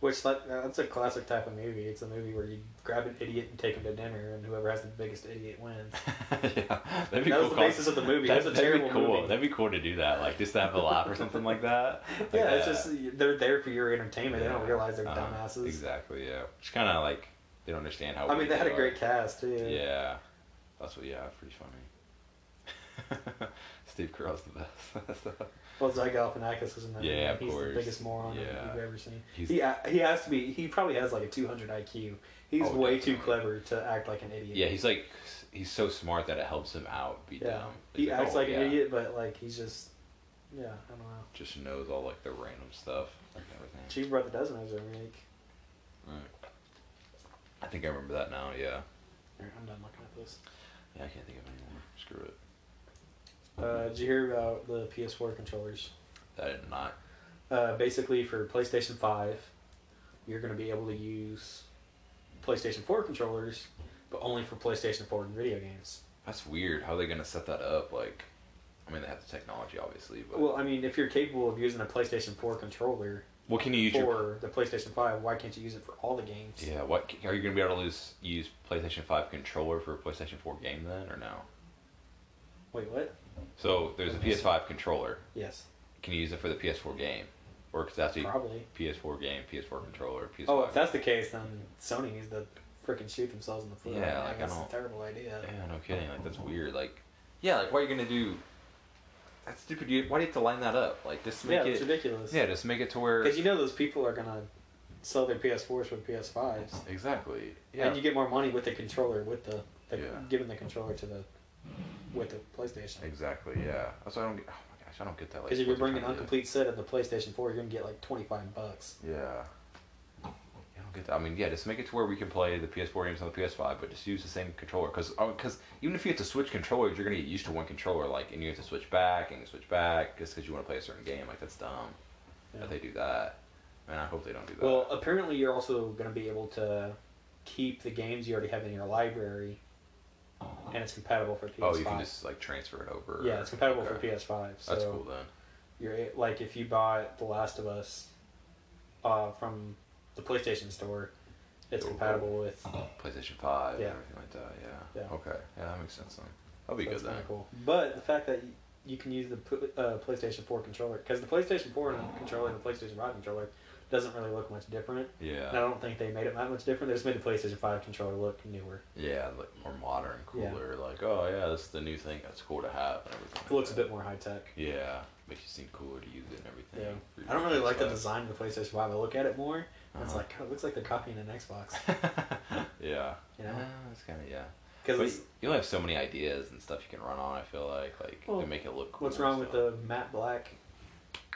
A: Which that, that's a classic type of movie. It's a movie where you grab an idiot and take him to dinner, and whoever has the biggest idiot wins.
B: yeah, that'd be
A: That
B: cool.
A: was the
B: con-
A: basis of the movie.
B: That-
A: That's a
B: that'd be
A: terrible
B: cool.
A: movie.
B: That'd be cool to do that, like just to have a laugh or something like that. Like
A: yeah, it's
B: that.
A: just they're there for your entertainment. They
B: Yeah.
A: don't realize they're
B: Uh-huh.
A: dumbasses.
B: Exactly. Yeah. Just kind of like they don't understand how.
A: I mean,
B: weird
A: they had a
B: are.
A: great cast too.
B: Yeah, that's what. Yeah, pretty funny. Steve Carell's the best.
A: Well, Zach Galifianakis was in that.
B: Yeah,
A: movie.
B: of
A: He's
B: course.
A: the biggest moron
B: Yeah.
A: you've ever seen.
B: He's-
A: he a- he has to be. He probably has like a 200 IQ. He's
B: Oh,
A: way
B: definitely.
A: too clever to act like an idiot.
B: yeah, he's like he's so smart that it helps him out be
A: yeah.
B: dumb.
A: He
B: It's
A: acts
B: oh,
A: like
B: yeah,
A: an idiot, but like he's just yeah. I don't know.
B: Just knows all like the random stuff, like everything.
A: Chief Brother doesn't have a remake.
B: Right. I think I remember that now. Yeah.
A: Here, I'm done looking at this.
B: Yeah, I can't think of any more. Screw it.
A: Uh, did you hear about the PS4 controllers?
B: I did not.
A: Uh, basically, for PlayStation 5, you're going to be able to use PlayStation 4 controllers, but only for PlayStation 4 video games.
B: That's weird. How are they gonna set that up? Like, I mean, they have the technology, obviously, but
A: Well, I mean, if you're capable of using a PlayStation 4 controller
B: what can you use your
A: for the PlayStation 5, why can't you use it for all the games?
B: yeah? What c- are you gonna be able to use, use PlayStation Five controller for a PlayStation Four game then, or no?
A: Wait, what?
B: So there's a PS Five controller.
A: Yes,
B: Can you use it for the PS Four game, or because that's a
A: probably.
B: PS Four game, PS Four controller, PS5?
A: Oh, if that's the case, then Sony needs to freaking shoot themselves in the foot.
B: Yeah,
A: Man,
B: like, I
A: that's
B: don't-
A: a terrible idea.
B: Yeah, no kidding. Like that's weird. Like, yeah, like why are you gonna do? That's stupid. You, why do you have to line that up? Like, just
A: Yeah,
B: make
A: it's
B: it.
A: ridiculous.
B: Yeah, just make it to where.
A: Because you know those people are gonna sell their PS4s for PS5s,
B: Exactly. Yeah.
A: and you get more money with the controller with the, the
B: Yeah.
A: giving the controller to the with the PlayStation.
B: exactly. Yeah. That's why I don't. Get, oh my gosh, I don't get that. Like,
A: Because if you
B: what they're
A: bring an
B: trying to do.
A: incomplete set of the PlayStation 4, you're gonna get like 25 bucks.
B: Yeah. I don't get that. I mean, yeah, just make it to where we can play the PS4 games on the PS5, but just use the same controller. Because even if you have to switch controllers, you're going to get used to one controller, like, and you have to switch back and switch back just because you want to play a certain game. Like, that's dumb
A: Yeah.
B: that they do that. And I hope they don't do that.
A: Well, apparently you're also gonna be able to keep the games you already have in your library, and it's compatible for PS5.
B: oh, you can just, like, transfer it over.
A: yeah, it's compatible for
B: Okay.
A: PS5. So
B: That's cool then.
A: you're a- like if you bought The Last of Us uh, from the PlayStation Store, it's
B: Cool.
A: compatible with.
B: Uh-huh. PlayStation 5
A: Yeah.
B: and everything like that, yeah.
A: Yeah.
B: Okay. Yeah, that makes sense then. That'll be
A: so
B: good
A: it's
B: then.
A: kinda Cool. But the fact that you, you can use the pl- uh, PlayStation Four controller because the PlayStation Four and controller and the PlayStation Five controller doesn't really look much different. And I
B: Yeah.
A: don't think they made it that much different. They just made the PlayStation Five controller look newer.
B: Yeah, like, more modern,
A: Yeah.
B: cooler. Like, oh, yeah, this is the new thing. That's cool to have and everything.
A: It looks a bit more high tech.
B: Yeah, makes you seem cooler to use it and everything.
A: Yeah.
B: For your
A: I don't really like the
B: PS5.
A: design of the PlayStation Five. I look at it more. and It's
B: Uh-huh.
A: like God, it looks like they're copying an Xbox.
B: yeah.
A: You know?
B: Ah, it's kind of yeah. But
A: Because
B: you only have so many ideas and stuff you can run on. I feel like like
A: Well,
B: to make it look. Cool
A: what's wrong with
B: so-
A: the matte black?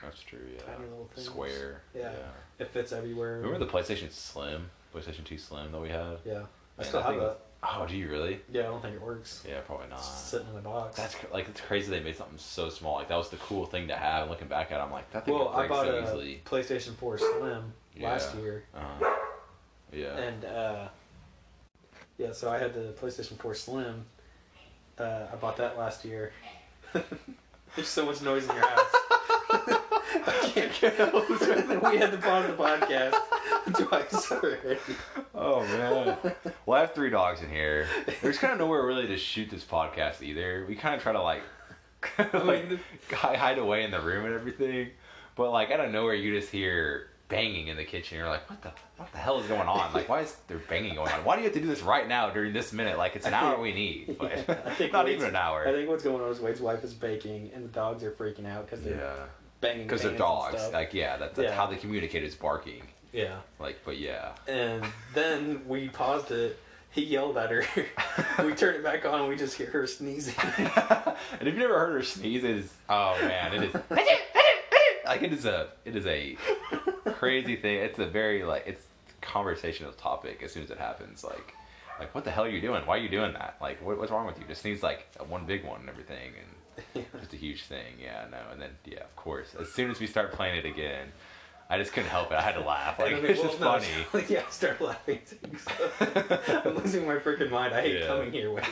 B: That's true. Yeah.
A: tiny little things?
B: Square.
A: Yeah. It fits everywhere.
B: Remember the PlayStation Slim, PlayStation Two Slim that we had?
A: Yeah. I
B: Man,
A: still
B: that
A: have
B: thing-
A: that.
B: Oh, do you really?
A: Yeah, I don't think it works.
B: Yeah, probably not.
A: It's just sitting in the box.
B: That's cr- like it's crazy they made something so small. Like that was the cool thing to have. Looking back at, it, I'm like that thing
A: well,
B: could
A: I
B: break
A: bought
B: so
A: a
B: easily.
A: PlayStation 4 Slim last
B: Yeah.
A: year.
B: Uh, yeah.
A: And, uh, yeah, so I had the PlayStation 4 Slim. Uh, I bought that last year. There's so much noise in your house. I can't We had to pause the podcast twice already.
B: Oh man. well, I have three dogs in here. There's kind of nowhere really to shoot this podcast either. We kind of try to like, like hi- hide away in the room and everything, but like out of nowhere you just hear banging in the kitchen. You're like, what the what the hell is going on? Like, why is there banging going on? Why do you have to do this right now during this minute? Like, it's an hour we need, but
A: I think
B: not
A: Wade's-
B: even an
A: I
B: hour.
A: think what's going on is Wade's wife is baking, and the dogs are freaking out because they're
B: Yeah,
A: banging.
B: because they're
A: pans and
B: dogs.
A: stuff.
B: Like, yeah, that, that's
A: Yeah.
B: how they communicate is barking.
A: yeah.
B: Like, but yeah,
A: And then we paused it. He yelled at her. we turned it back on. and We just hear her sneezing.
B: and if you never heard her sneeze, it is oh man, it is like it is a it is a crazy thing. It's a very like it's conversational topic as soon as it happens. Like like what the hell are you doing? Why are you doing that? Like what, what's wrong with you? Just sneeze like one big one and everything, and just a huge thing. Yeah, no, and then yeah, of course. As soon as we start playing it again, I just couldn't help it. I had to laugh. Like
A: And I'm
B: it's
A: well,
B: just
A: no,
B: funny.
A: so- yeah, I start laughing. too, so- I'm losing my freaking mind. I hate
B: Yeah.
A: coming here. Wade.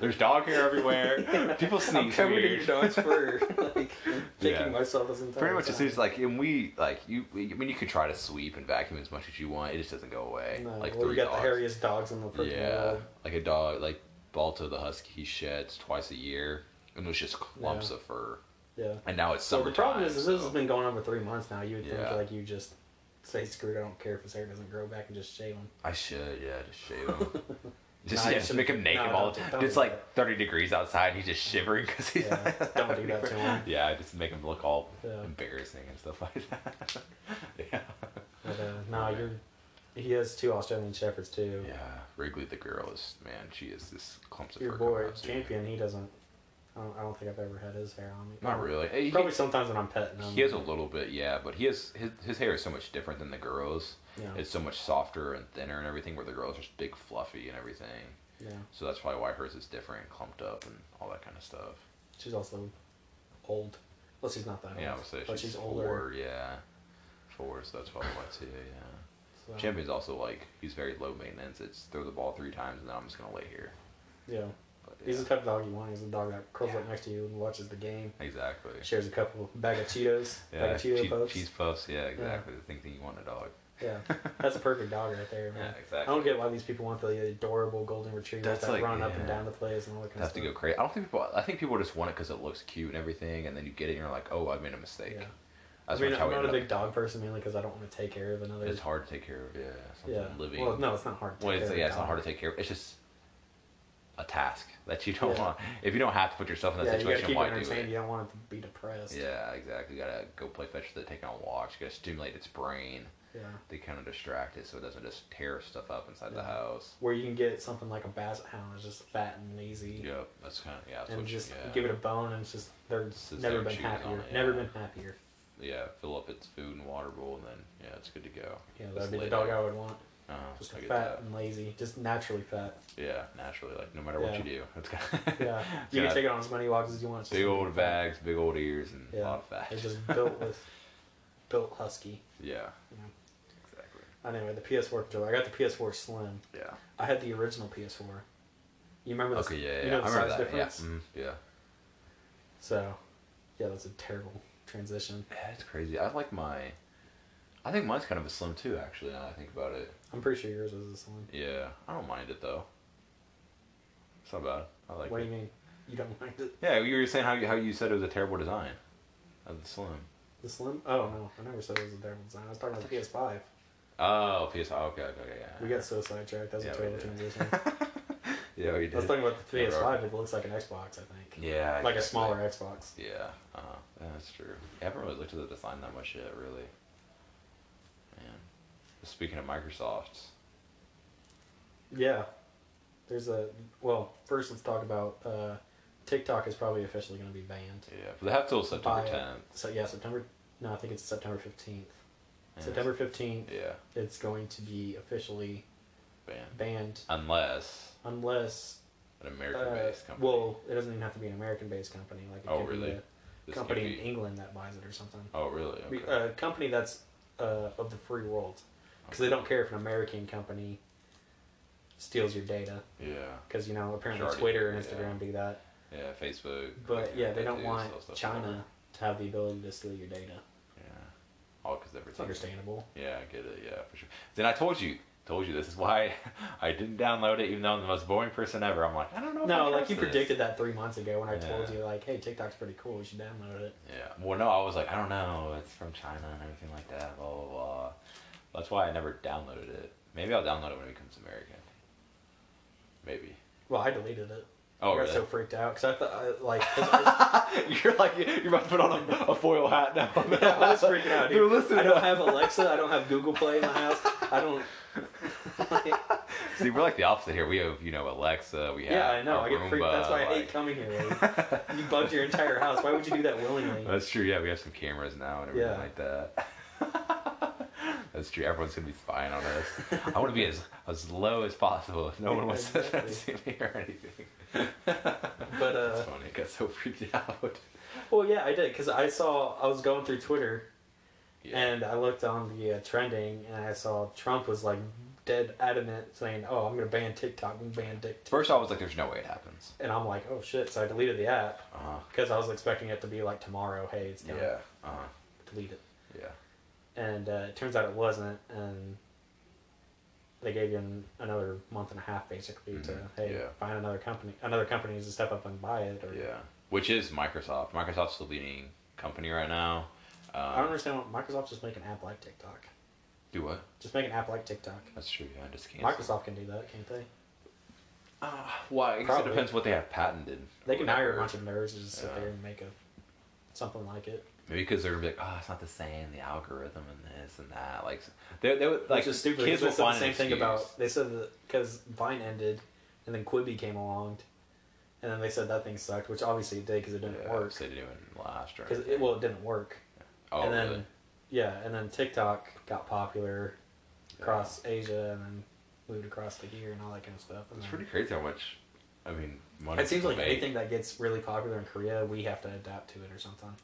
B: There's dog hair everywhere. People
A: I'm
B: sneeze
A: covered in
B: weird.
A: your dog's fur. Like, I'm kicking
B: Yeah.
A: myself this entire
B: Pretty much as
A: time.
B: soon as like and we like you I mean you can try to sweep and vacuum as much as you want, it just doesn't go away.
A: No,
B: like
A: well, we
B: three
A: got
B: dogs.
A: the hairiest dogs in the freaking
B: yeah.
A: world.
B: Like a dog like Balto the Husky he sheds twice a year and there's just clumps
A: Yeah.
B: of fur.
A: Yeah.
B: And now it's
A: So
B: summertime.
A: the problem is, is this
B: so-
A: has been going on for three months now. You would think
B: Yeah.
A: like you just say screw it. I don't care if his hair doesn't grow back and just shave him.
B: I should, yeah, just shave him. Just,
A: Nah,
B: yeah,
A: you
B: just make him
A: shouldn't-
B: naked
A: nah,
B: all the
A: don't-
B: time.
A: don't
B: It's
A: do
B: like 30 degrees outside and he's just shivering because he's
A: Yeah, don't do that to him.
B: Yeah, I just make him look all
A: Yeah.
B: embarrassing and stuff like that. yeah.
A: But, uh, no, you're. He has two Australian shepherds too.
B: Yeah, Wrigley the girl is man. She is this clumps of
A: Your
B: fur
A: boy
B: coming out, too.
A: champion, he doesn't. I don't, I don't think I've ever had his hair on me.
B: Not really. Hey,
A: Probably
B: he,
A: sometimes when I'm petting him.
B: he has a little bit, yeah, but he has his his hair is so much different than the girls.
A: Yeah.
B: It's so much softer and thinner and everything. Where the girls are just big, fluffy and everything.
A: yeah.
B: So that's probably why hers is different, and clumped up, and all that kind of stuff.
A: She's also old. Well, she's not that old.
B: Yeah, I would say
A: but
B: she's,
A: she's, older.
B: four. Yeah, four. So that's probably why too. Yeah.
A: so-
B: Champion's also like he's very low maintenance. It's throw the ball three times and then I'm just gonna lay here.
A: Yeah.
B: But,
A: He's
B: yeah.
A: the type of dog you want. He's the dog that curls up
B: Yeah.
A: next to you and watches the game.
B: exactly.
A: Shares a couple bag of Cheetos, bag
B: Yeah,
A: of Cheeto
B: cheese,
A: puffs.
B: cheese puffs. Yeah, exactly. The thing that you want in a dog.
A: Yeah, that's a perfect dog right there. Man.
B: Yeah,
A: I
B: exactly.
A: don't get why these people want the adorable golden retrievers
B: That's
A: that
B: like-
A: run up
B: yeah.
A: and down the place and all that kind
B: have to
A: of
B: go
A: stuff.
B: crazy. I don't think people. I think people just want it because it looks cute and everything, and then you get it and you're like, oh, I made a mistake.
A: Yeah.
B: That's
A: I mean,
B: much how
A: I'm
B: we
A: not a
B: ended
A: big
B: up-
A: dog person mainly because I don't want to take care of another.
B: It's hard to take care of. Yeah, something
A: yeah.
B: living.
A: Well, no, it's not hard. To
B: Well,
A: take
B: it's,
A: care
B: yeah,
A: of a
B: it's
A: dog.
B: not hard to take care of. It's just a task that you don't
A: Yeah.
B: want. If you don't have to put yourself in that
A: yeah, you gotta
B: situation,
A: keep
B: why
A: it
B: do
A: entertained.
B: it?
A: You don't want it to be depressed.
B: Yeah, exactly. You gotta go play fetch with it, take it on walks. You gotta stimulate its brain.
A: Yeah.
B: They kind of distract it so it doesn't just tear stuff up inside the
A: Yeah.
B: house.
A: Where you can get something like a basset hound that's just fat and easy,
B: Yep, that's kind of yeah. That's
A: and
B: what you-
A: just
B: yeah.
A: give it a bone, and it's just they're
B: Sits
A: never
B: there
A: been
B: chewing on
A: happier.
B: it,
A: Never
B: yeah.
A: been happier.
B: yeah, fill up its food and water bowl, and then yeah, it's good to go.
A: Yeah,
B: Just
A: that'd be the
B: lay
A: dog
B: there.
A: I would want.
B: Uh,
A: Just
B: I
A: fat
B: get
A: and lazy, just naturally fat.
B: that. Yeah, naturally, like no matter
A: Yeah.
B: what you do, it's got
A: Yeah, you
B: Yeah.
A: can take it on as many walks as you want. It's just
B: big
A: gonna be
B: old
A: fat.
B: bags, big old ears, and a
A: Yeah.
B: lot of fat.
A: It's just built with built husky.
B: yeah,
A: You know.
B: exactly.
A: Anyway, the PS4 controller. I got the PS4 Slim.
B: Yeah.
A: I had the original PS4. You remember this?
B: Okay. Yeah. Yeah.
A: you know
B: I
A: the
B: remember
A: size
B: that.
A: difference.
B: Yeah. Mm, yeah.
A: So, yeah, that's a terrible transition.
B: Yeah, it's crazy. I like my. I think mine's kind of a slim too. Actually, now that I think about it.
A: I'm pretty sure yours is a Slim.
B: Yeah, I don't mind it though. It's not bad. I like
A: what
B: it.
A: do you mean? You don't like the,
B: Yeah, you were saying how you, how you said it was a terrible design of the slim.
A: the Slim? Oh no, I never said it was a terrible design. I was talking about the PS5.
B: Oh, PS. Oh, okay. Okay. okay, Yeah.
A: We got so sidetracked. That's
B: Yeah,
A: a
B: we
A: terrible
B: did.
A: transition.
B: Yeah, we
A: I was
B: did.
A: talking about the
B: Yeah, right.
A: PS5. It looks like an Xbox, I think.
B: yeah. I
A: like a
B: guess,
A: smaller Xbox.
B: Yeah, uh, that's true. I haven't really looked at the design that much yet, really. Man, speaking of Microsoft,
A: Yeah. There's a well. First, let's talk about uh, TikTok is probably officially going to be banned.
B: yeah, but they have till September
A: Buy it.
B: tenth.
A: So yeah, September. No, I think it's September fifteenth.
B: Yeah,
A: September fifteenth,
B: Yeah,
A: it's going to be officially
B: ban.
A: banned
B: Unless
A: unless.
B: an
A: Uh,
B: American-based company.
A: well, it doesn't even have to be an American-based company. Like it
B: Oh,
A: could
B: really?
A: be a
B: This could
A: company in
B: be-
A: England that buys it or something.
B: Oh, really?
A: We-
B: Okay.
A: A company that's uh, of the free world, because uh, they don't care if an American company steals your data.
B: Yeah,
A: Because you know, apparently
B: Sure,
A: Twitter and
B: yeah.
A: Instagram do that.
B: yeah. Facebook.
A: But
B: like,
A: yeah,
B: that
A: they don't
B: too,
A: want
B: so stuff like
A: China to have the ability to steal your data.
B: that. Yeah. All because
A: It's
B: everything.
A: understandable.
B: Yeah, I get it. Yeah, for sure. Then I told you, told you this is why I didn't download it, even though I'm the most boring person ever. I'm like, I don't know. if I
A: No, like
B: trust
A: you
B: this.
A: predicted that three months ago when I told
B: Yeah.
A: you, like, hey, TikTok's pretty cool. You should download it.
B: Yeah. Well, no, I was like, I don't know. It's from China and everything like that. Blah blah blah. That's why I never downloaded it. Maybe I'll download it when it becomes American. Maybe.
A: Well, I deleted it.
B: Oh,
A: I got
B: really?
A: so freaked out because I thought, I, like, 'cause I,
B: you're like you're about to put on a, a foil hat now.
A: was, yeah, I was freaking out.
B: You're
A: Dude.
B: listening.
A: I don't
B: to-
A: have Alexa. I don't have Google Play in my house. I don't.
B: See, we're like the opposite here. We have you know Alexa. We have
A: yeah, I know.
B: our
A: I get freaked.
B: Roomba,
A: That's why I
B: like-
A: hate coming here. Like, you bugged your entire house. Why would you do that willingly?
B: That's true. Yeah, we have some cameras now and everything
A: Yeah.
B: like that. That's true. Everyone's gonna be spying on us. I want to be as as low as possible. If no one wants
A: Exactly.
B: to see me or anything. but
A: uh,
B: That's funny. I got so freaked out.
A: Well, yeah, I did because I saw I was going through Twitter
B: Yeah.
A: And I looked on the uh, trending, and I saw Trump was like dead adamant saying, "Oh, I'm gonna ban TikTok. I'm gonna ban TikTok."
B: First, I was like, "There's no way it happens."
A: and I'm like, "Oh shit!" So I deleted the app
B: Uh huh.
A: because I was expecting it to be like tomorrow. Hey, it's done.
B: Yeah. Uh huh.
A: Delete it.
B: Yeah.
A: And uh, it turns out it wasn't, and they gave you an, another month and a half basically to
B: Mhm,
A: hey
B: yeah.
A: find another company. Another company needs to step up and buy it. Or,
B: Yeah. Which is Microsoft. Microsoft's the leading company right now. Um,
A: I don't understand what Microsoft just make an app like TikTok.
B: do what?
A: Just make an app like TikTok.
B: That's true. Yeah, I just can't.
A: Microsoft can do that, can't they?
B: Uh, why? Well, it
A: Probably.
B: depends what they have patented.
A: They can hire a
B: Whatever.
A: bunch of nerds to just sit
B: Yeah.
A: there and make a something like it.
B: Maybe because they're gonna be like, oh, it's not the same, the algorithm and this and that. Like, they they would like
A: Which is stupid. Kids
B: Kids
A: they
B: will
A: said the
B: find
A: same
B: an
A: thing
B: excuse.
A: about they said that because Vine ended, and then Quibi came along, and then they said that thing sucked, which obviously it did because it didn't
B: yeah,
A: work.
B: 'cause They didn't last or
A: Because
B: anything.
A: it, well, it didn't work.
B: oh,
A: and then,
B: really?
A: Yeah, and then TikTok got popular across Asia, and then moved across to here and all that kind of stuff.
B: Yeah.
A: And
B: It's
A: then-
B: pretty crazy how much. I mean, money
A: It seems like
B: debate.
A: anything that gets really popular in Korea, we have to adapt to it or something.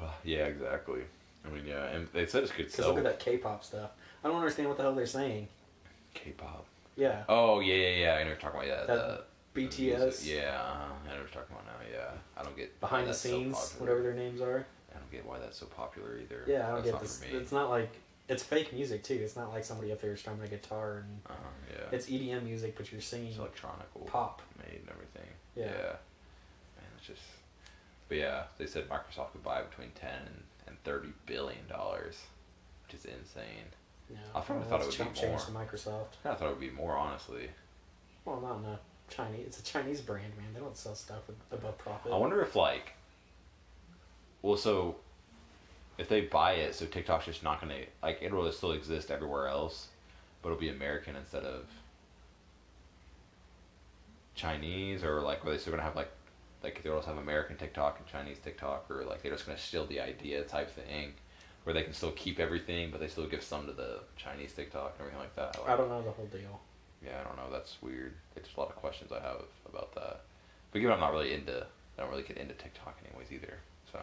B: Ugh, yeah, exactly. I mean, yeah, and they said it could
A: Because
B: sell
A: look at that K-pop stuff. I don't understand what the hell they're saying.
B: K-pop.
A: Yeah,
B: Oh yeah, yeah, yeah. I know what you're talking about yeah.
A: That
B: the- the
A: BTS,
B: music. Yeah, uh-huh. I know what you're talking about now. Yeah, I don't get why
A: behind the
B: that's so
A: scenes,
B: popular.
A: whatever their names are.
B: I don't get why that's so popular either.
A: Yeah, I don't
B: that's
A: get
B: not
A: this.
B: For me.
A: It's not like it's fake music too. It's not like somebody up there is strumming a guitar and
B: uh yeah.
A: it's EDM music, but you're singing
B: It's electronic. all
A: pop.
B: made and everything.
A: Yeah.
B: Man, it's just. But yeah, they said Microsoft could buy between ten and, and thirty billion dollars, which is insane.
A: You know,
B: I probably
A: well,
B: thought it
A: that's
B: would be
A: chump change
B: more.
A: to Microsoft.
B: I thought it would be more, honestly.
A: Well, not in a Chinese. It's a Chinese brand, man. They don't sell stuff with above profit.
B: I wonder if like. Well, so. If they buy it, so TikTok's just not gonna like it'll still exist everywhere else, but it'll be American instead of Chinese, or like are they still gonna have like like they'll also have American TikTok and Chinese TikTok, or like they're just gonna steal the idea type thing, where they can still keep everything, but they still give some to the Chinese TikTok and everything like that. Like,
A: I don't know the whole deal.
B: yeah, I don't know. That's weird. There's a lot of questions I have about that. But given I'm not really into, I don't really get into TikTok anyways either. So,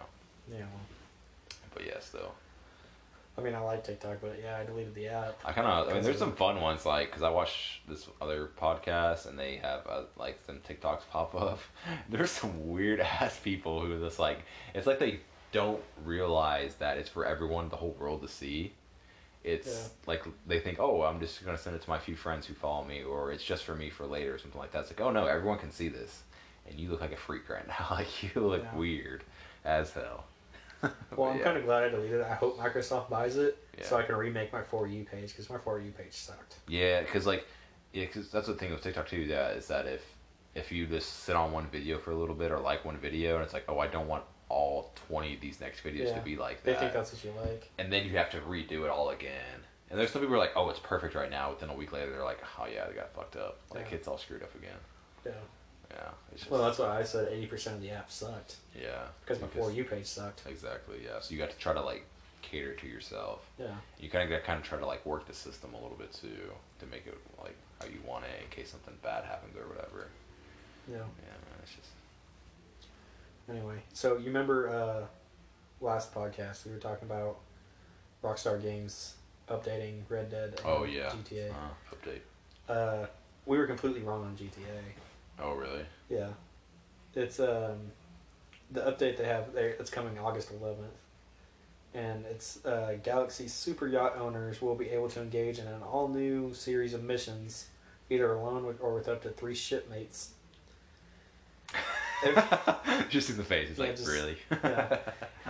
A: Yeah. Well,
B: but yes, though.
A: I mean, I like TikTok, but yeah, I deleted the app.
B: I kind of, I mean, there's
A: Because-
B: some fun ones like because I watch this other podcast and they have uh, like some TikToks pop up. There's some weird ass people who are just like, it's like they don't realize that it's for everyone, the whole world to see. It's
A: Yeah.
B: like they think, oh, I'm just gonna send it to my few friends who follow me, or it's just for me for later or something like that. It's like, oh no, everyone can see this, and you look like a freak right now. like you look
A: Yeah.
B: weird as hell.
A: Well, I'm kind of glad I deleted it. I hope Microsoft buys it so
B: Oh, Yeah.
A: I can remake my For You page because my For You page sucked.
B: Yeah, because like, yeah, 'cause that's the thing with TikTok too. Yeah, is that if if you just sit on one video for a little bit or like one video, and it's like, oh, I don't want all twenty of these next videos
A: Yeah.
B: to be like
A: They
B: that,
A: think that's what you like.
B: and then you have to redo it all again. And there's some people who are like, oh, it's perfect right now. But then a week later, they're like, oh yeah, they got fucked up. Like
A: Yeah.
B: it's all screwed up again.
A: Yeah.
B: Yeah, it's just
A: Well, that's why I said 80% of the app sucked
B: yeah
A: because my For You page sucked.
B: exactly yeah. So you got to try to like cater to yourself.
A: Yeah.
B: You kind of got to kind of try to like work the system a little bit too to make it like how you want it in case something bad happens or whatever.
A: Yeah.
B: Yeah, man, it's just
A: Anyway, so you remember uh, last podcast we were talking about Rockstar Games updating Red Dead and
B: oh yeah
A: GTA.
B: Uh, update.
A: Uh, we were completely wrong on GTA.
B: Oh really?
A: Yeah, it's um, the update they have there. It's coming August 11th, and it's uh, Galaxy super yacht owners will be able to engage in an all new series of missions, either alone with, or with up to three shipmates. Ev-
B: just in the face. It's
A: Yeah,
B: like
A: just-
B: really.
A: yeah.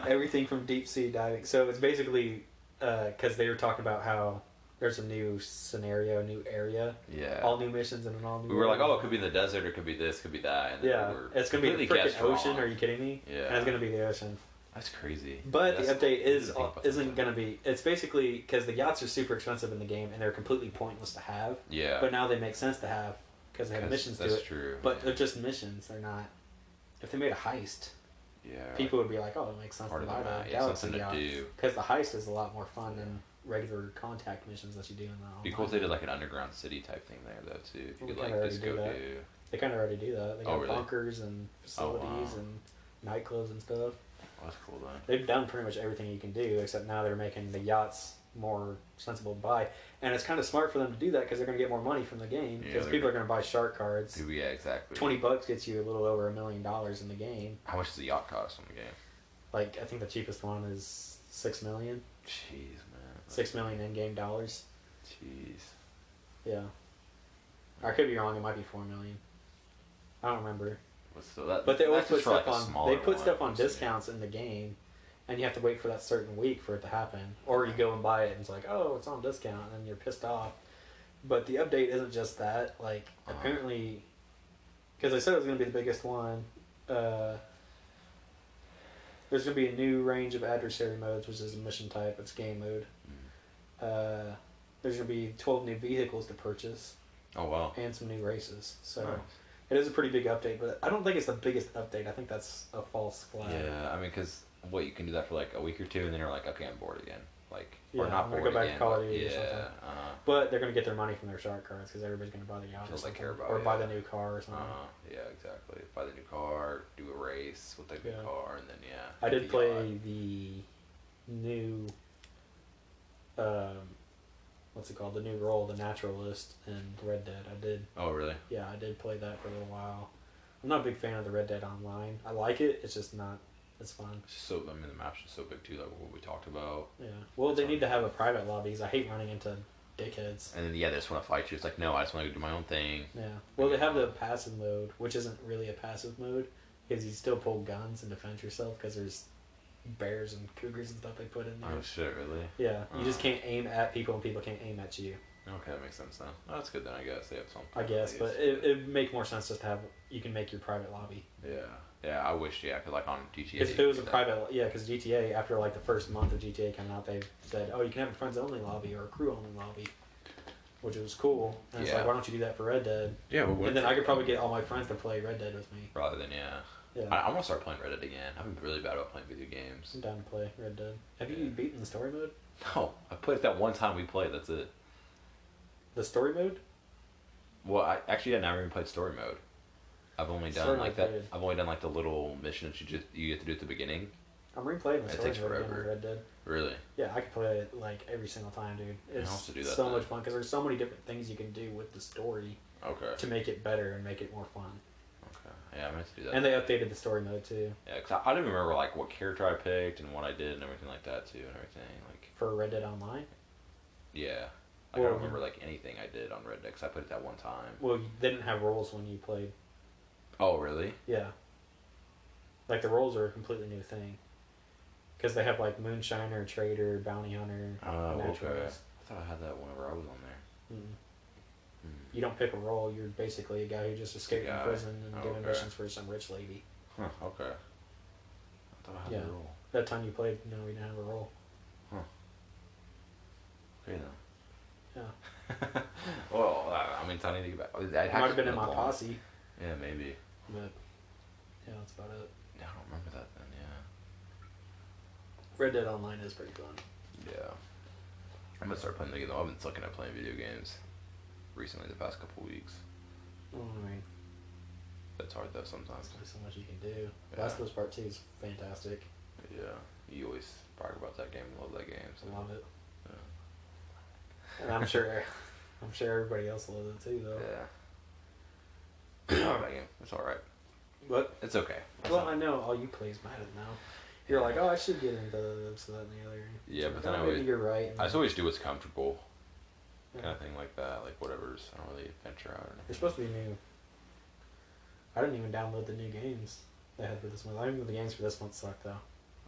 A: everything from deep sea diving. So it's basically because they were talking about how there's a new scenario, new area,
B: Yeah.
A: all new missions, and an all new.
B: we were like, oh, it could be the desert, it could be this, could be that. And then
A: Yeah,
B: we were
A: it's gonna be the
B: completely
A: freaking
B: guessed
A: ocean.
B: wrong.
A: Are you kidding me?
B: Yeah.
A: and it's gonna be the ocean.
B: That's crazy.
A: But
B: That's-
A: the update is
B: you think about
A: isn't
B: that.
A: going to be. It's basically because the yachts are super expensive in the game and they're completely pointless to have.
B: Yeah.
A: But now they make sense to have because they have
B: 'Cause
A: missions to
B: that's
A: it.
B: true.
A: But
B: yeah.
A: they're just missions. They're not. If they made a heist,
B: yeah.
A: people would be like, "Oh, it makes sense to
B: Part of the
A: buy
B: map,
A: that
B: yeah,
A: galaxy
B: something to
A: yacht."
B: do.
A: Because the heist is a lot more fun than regular contact missions that you do in the.
B: It'd be cool if they did like an underground city type thing there though too. If
A: We
B: you could
A: kinda
B: like
A: already
B: just
A: do
B: go
A: that.
B: do.
A: They kind of already do that. They
B: Oh,
A: got
B: really? Oh,
A: bunkers and facilities
B: wow.
A: and nightclubs and stuff.
B: Oh, that's cool then.
A: They've done pretty much everything you can do, except now they're making the yachts more sensible to buy. And it's kind of smart for them to do that because they're going to get more money from the game
B: Yeah,
A: because
B: they're
A: people are going to buy shark cards.
B: Do we- yeah exactly.
A: 20 bucks gets you a little over a million dollars in the game.
B: How much does the yacht cost in the game?
A: Like, I think the cheapest one is six million.
B: Jeez man.
A: Six million in game dollars.
B: Jeez.
A: Yeah. I could be wrong, it might be four million. I don't remember.
B: Well, So that,
A: But they always
B: that's
A: put
B: just for,
A: stuff
B: like, a
A: on.
B: smaller
A: They put
B: one,
A: stuff on
B: mostly.
A: discounts in the game, and you have to wait for that certain week for it to happen. Or you go and buy it, and it's like, oh, it's on discount, and then you're pissed off. But the update isn't just that. Like
B: Uh-huh.
A: apparently, because I said it was going to be the biggest one. Uh, there's going to be a new range of adversary modes, which is a mission type. It's game mode.
B: Mm.
A: Uh, there's going to be 12 new vehicles to purchase
B: Oh wow.
A: and some new races. So.
B: Nice.
A: It is a pretty big update, but I don't think it's the biggest update. I think that's a false flag.
B: Yeah, I mean, because what you can do that for like a week or two, and then you're like, okay, I'm bored again. Like, or
A: Yeah,
B: not
A: I'm gonna
B: bored
A: go back to
B: again.
A: Call of
B: but-
A: Duty or
B: yeah,
A: something.
B: uh-huh,
A: But they're gonna get their money from their shark cards because everybody's gonna buy the yacht or
B: Just they
A: something.
B: care about,
A: or buy
B: yeah.
A: the new car or something.
B: uh-huh, yeah, exactly. Buy the new car, do a race with the new
A: Yeah.
B: car, and then yeah.
A: I
B: get
A: did
B: the
A: play
B: yacht.
A: the new, um, what's it called? The new role, the naturalist in Red Dead. I did,
B: Oh really?
A: yeah, I did play that for a little while. I'm not a big fan of the Red Dead Online. I like it. It's just not. It's fun.
B: It's just so I mean the maps are so big too. Like what we talked about,
A: Yeah. Well, they
B: It's
A: need to have a private lobby because I hate running into dickheads.
B: and then yeah, they just want to fight you. It's like no, I just want to do my own thing.
A: Yeah. Well, they have the passive mode, which isn't really a passive mode because you still pull guns and defend yourself because there's bears and cougars and stuff they put in there.
B: Oh shit, really?
A: Yeah, you just
B: Uh.
A: can't aim at people and people can't aim at you.
B: Okay, that makes sense then. Oh, that's good then. I guess they have something.
A: I guess,
B: at
A: but
B: least.
A: it it'd make more sense just to have you can make your private lobby.
B: yeah, yeah. I wish yeah, cause like on GTA.
A: Because if
B: you
A: it was a
B: could do that.
A: private, yeah, because GTA after like the first month of GTA coming out, they said, oh, you can have a friends only lobby or a crew only lobby, which was cool. And it's
B: Yeah.
A: like, why don't you do that for Red Dead?
B: Yeah, but what
A: and then I could probably get all my friends to play Red Dead with me.
B: rather than yeah.
A: Yeah,
B: I, I'm gonna start playing Red Dead again. I've been really bad about playing video games.
A: I'm down to play Red Dead. Have you
B: Yeah.
A: beaten the story mode?
B: No, I played it that one time we played. That's it.
A: The story mode?
B: Well, I actually I never even played story mode. I've only done
A: Story
B: like
A: mode,
B: that.
A: dude.
B: I've only done like the little missions you just you get to do at the beginning.
A: I'm replaying the
B: It
A: story
B: takes
A: mode again with
B: forever.
A: Red Dead.
B: Really?
A: Yeah, I could play it like every single time, dude. It's
B: have to do that
A: so
B: then.
A: much fun because there's so many different things you can do with the story
B: Okay.
A: to make it better and make it more fun.
B: Okay. Yeah, I'm gonna have to do that.
A: And they updated the story mode too
B: yeah, 'cause I, I didn't remember like what character I picked and what I did and everything like that too and everything like
A: for Red Dead Online.
B: yeah. Like, I
A: Well-
B: don't remember like anything I did on Red Dead 'cause I played it that one time.
A: Well, you didn't have roles when you played.
B: Oh really?
A: Yeah. Like the roles are a completely new thing. Because they have like Moonshiner, Trader, Bounty Hunter,
B: Oh okay.
A: Naturalist.
B: I thought I had that whenever I was on there.
A: Mm.
B: Hmm.
A: You don't pick a role, you're basically a guy who just escaped
B: guy.
A: from prison and
B: Oh,
A: doing
B: okay.
A: missions for some rich lady.
B: Huh, okay. I thought I had
A: Yeah.
B: the rule.
A: That time you played, no, we didn't have a role.
B: Okay then.
A: Yeah.
B: Yeah. well, I, I mean, I need to get back. I'd
A: It might have been in my
B: long.
A: posse,
B: Yeah, maybe.
A: but yeah, that's about it.
B: No, I don't remember that then. Yeah.
A: Red Dead Online is pretty fun.
B: Yeah. I'm gonna start playing the game though. I've been sucking at playing video games recently the past couple weeks.
A: I mean,
B: That's hard though sometimes.
A: there's only so much you can do.
B: Yeah.
A: Last of Us Part Two is fantastic.
B: Yeah. You always talk about that game. Love that game. So.
A: I love it. And I'm sure, I'm sure everybody else loves it too, though.
B: Yeah. I love that game. It's all right.
A: But
B: It's okay. It's
A: well,
B: not-
A: I know all you plays Madden now. You're like, oh, I should get into this, that, and the other.
B: Yeah,
A: It's
B: but
A: like,
B: then I
A: oh, maybe
B: always-
A: you're right. and
B: I just always do what's comfortable,
A: Yeah.
B: kind of thing like that. Like whatever's. I don't really venture out. Or anything.
A: They're supposed to be new. I didn't even download the new games they had for this month. I think the games for this month suck though.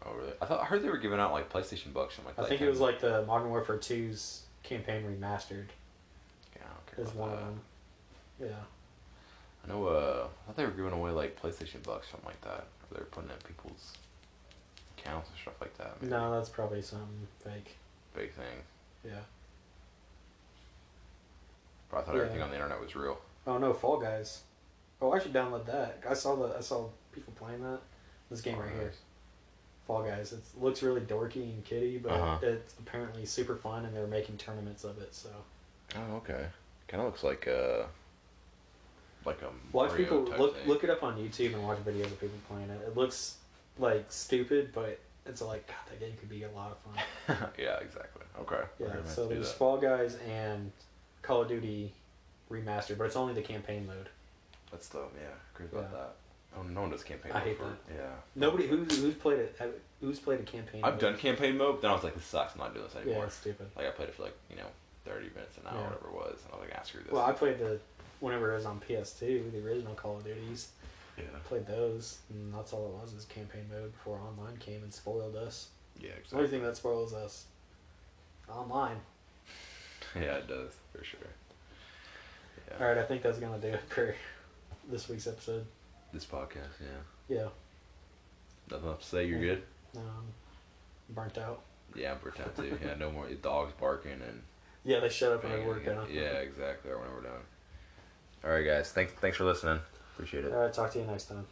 B: Oh really? I thought I heard they were giving out like PlayStation bucks. From, like
A: I
B: that
A: think it
B: time.
A: was like the Modern Warfare 2's campaign remastered
B: Yeah, I don't
A: is
B: care
A: one
B: about
A: of
B: that.
A: them. Yeah.
B: I know. Uh, I thought they were giving away like PlayStation bucks, something like that. Or they were putting it in people's accounts and stuff like that. Maybe.
A: No, that's probably something fake.
B: Big thing.
A: Yeah.
B: But I thought
A: Yeah.
B: everything on the internet was real.
A: Oh no, Fall Guys. Oh, I should download that. I saw the I saw people playing that. This game right here, Fall Guys. It looks really dorky and kitty, but
B: Uh-huh.
A: it's apparently super fun, and they're making tournaments of it. So
B: Oh okay. Kind of looks like uh, like a
A: watch
B: Mario
A: people
B: type
A: look
B: thing.
A: look it up on YouTube and watch videos of people playing it. It looks like stupid, but it's like God, that game could be a lot of fun.
B: yeah, exactly. Okay.
A: Yeah.
B: We're gonna have
A: so
B: to do
A: there's
B: that.
A: Fall Guys and Call of Duty remastered, but it's only the campaign mode.
B: That's dope. Yeah, agree about
A: Yeah.
B: that. Oh, no one does campaign.
A: I
B: mode
A: hate
B: for it. Yeah.
A: Nobody who's who's played it. Who's played a campaign?
B: I've
A: mode?
B: done campaign mode, then I was like, this sucks. I'm not doing this
A: Yeah,
B: anymore.
A: it's stupid.
B: Like I played it for like you know thirty minutes an hour,
A: Yeah.
B: whatever it was, and I was like, ah, screw this.
A: Well, I played the whenever it was on PS2, the original Call of Duties.
B: yeah,
A: I played those, and that's all it was is campaign mode before online came and spoiled us. The
B: yeah,
A: only
B: exactly.
A: thing that spoils us, online.
B: Yeah, it does for sure. Yeah,
A: All right, I think that's gonna do it for this week's episode.
B: this podcast. Yeah,
A: Yeah,
B: nothing else to say. You're
A: Yeah.
B: good.
A: um, burnt out.
B: Yeah, I'm pretend too. Yeah, no more dogs barking and.
A: Yeah, they shut up and they
B: banging.
A: worked out.
B: Yeah, exactly. Or when we're done. All right, guys. Thanks. Thanks for listening. Appreciate it.
A: All right, talk to you next time.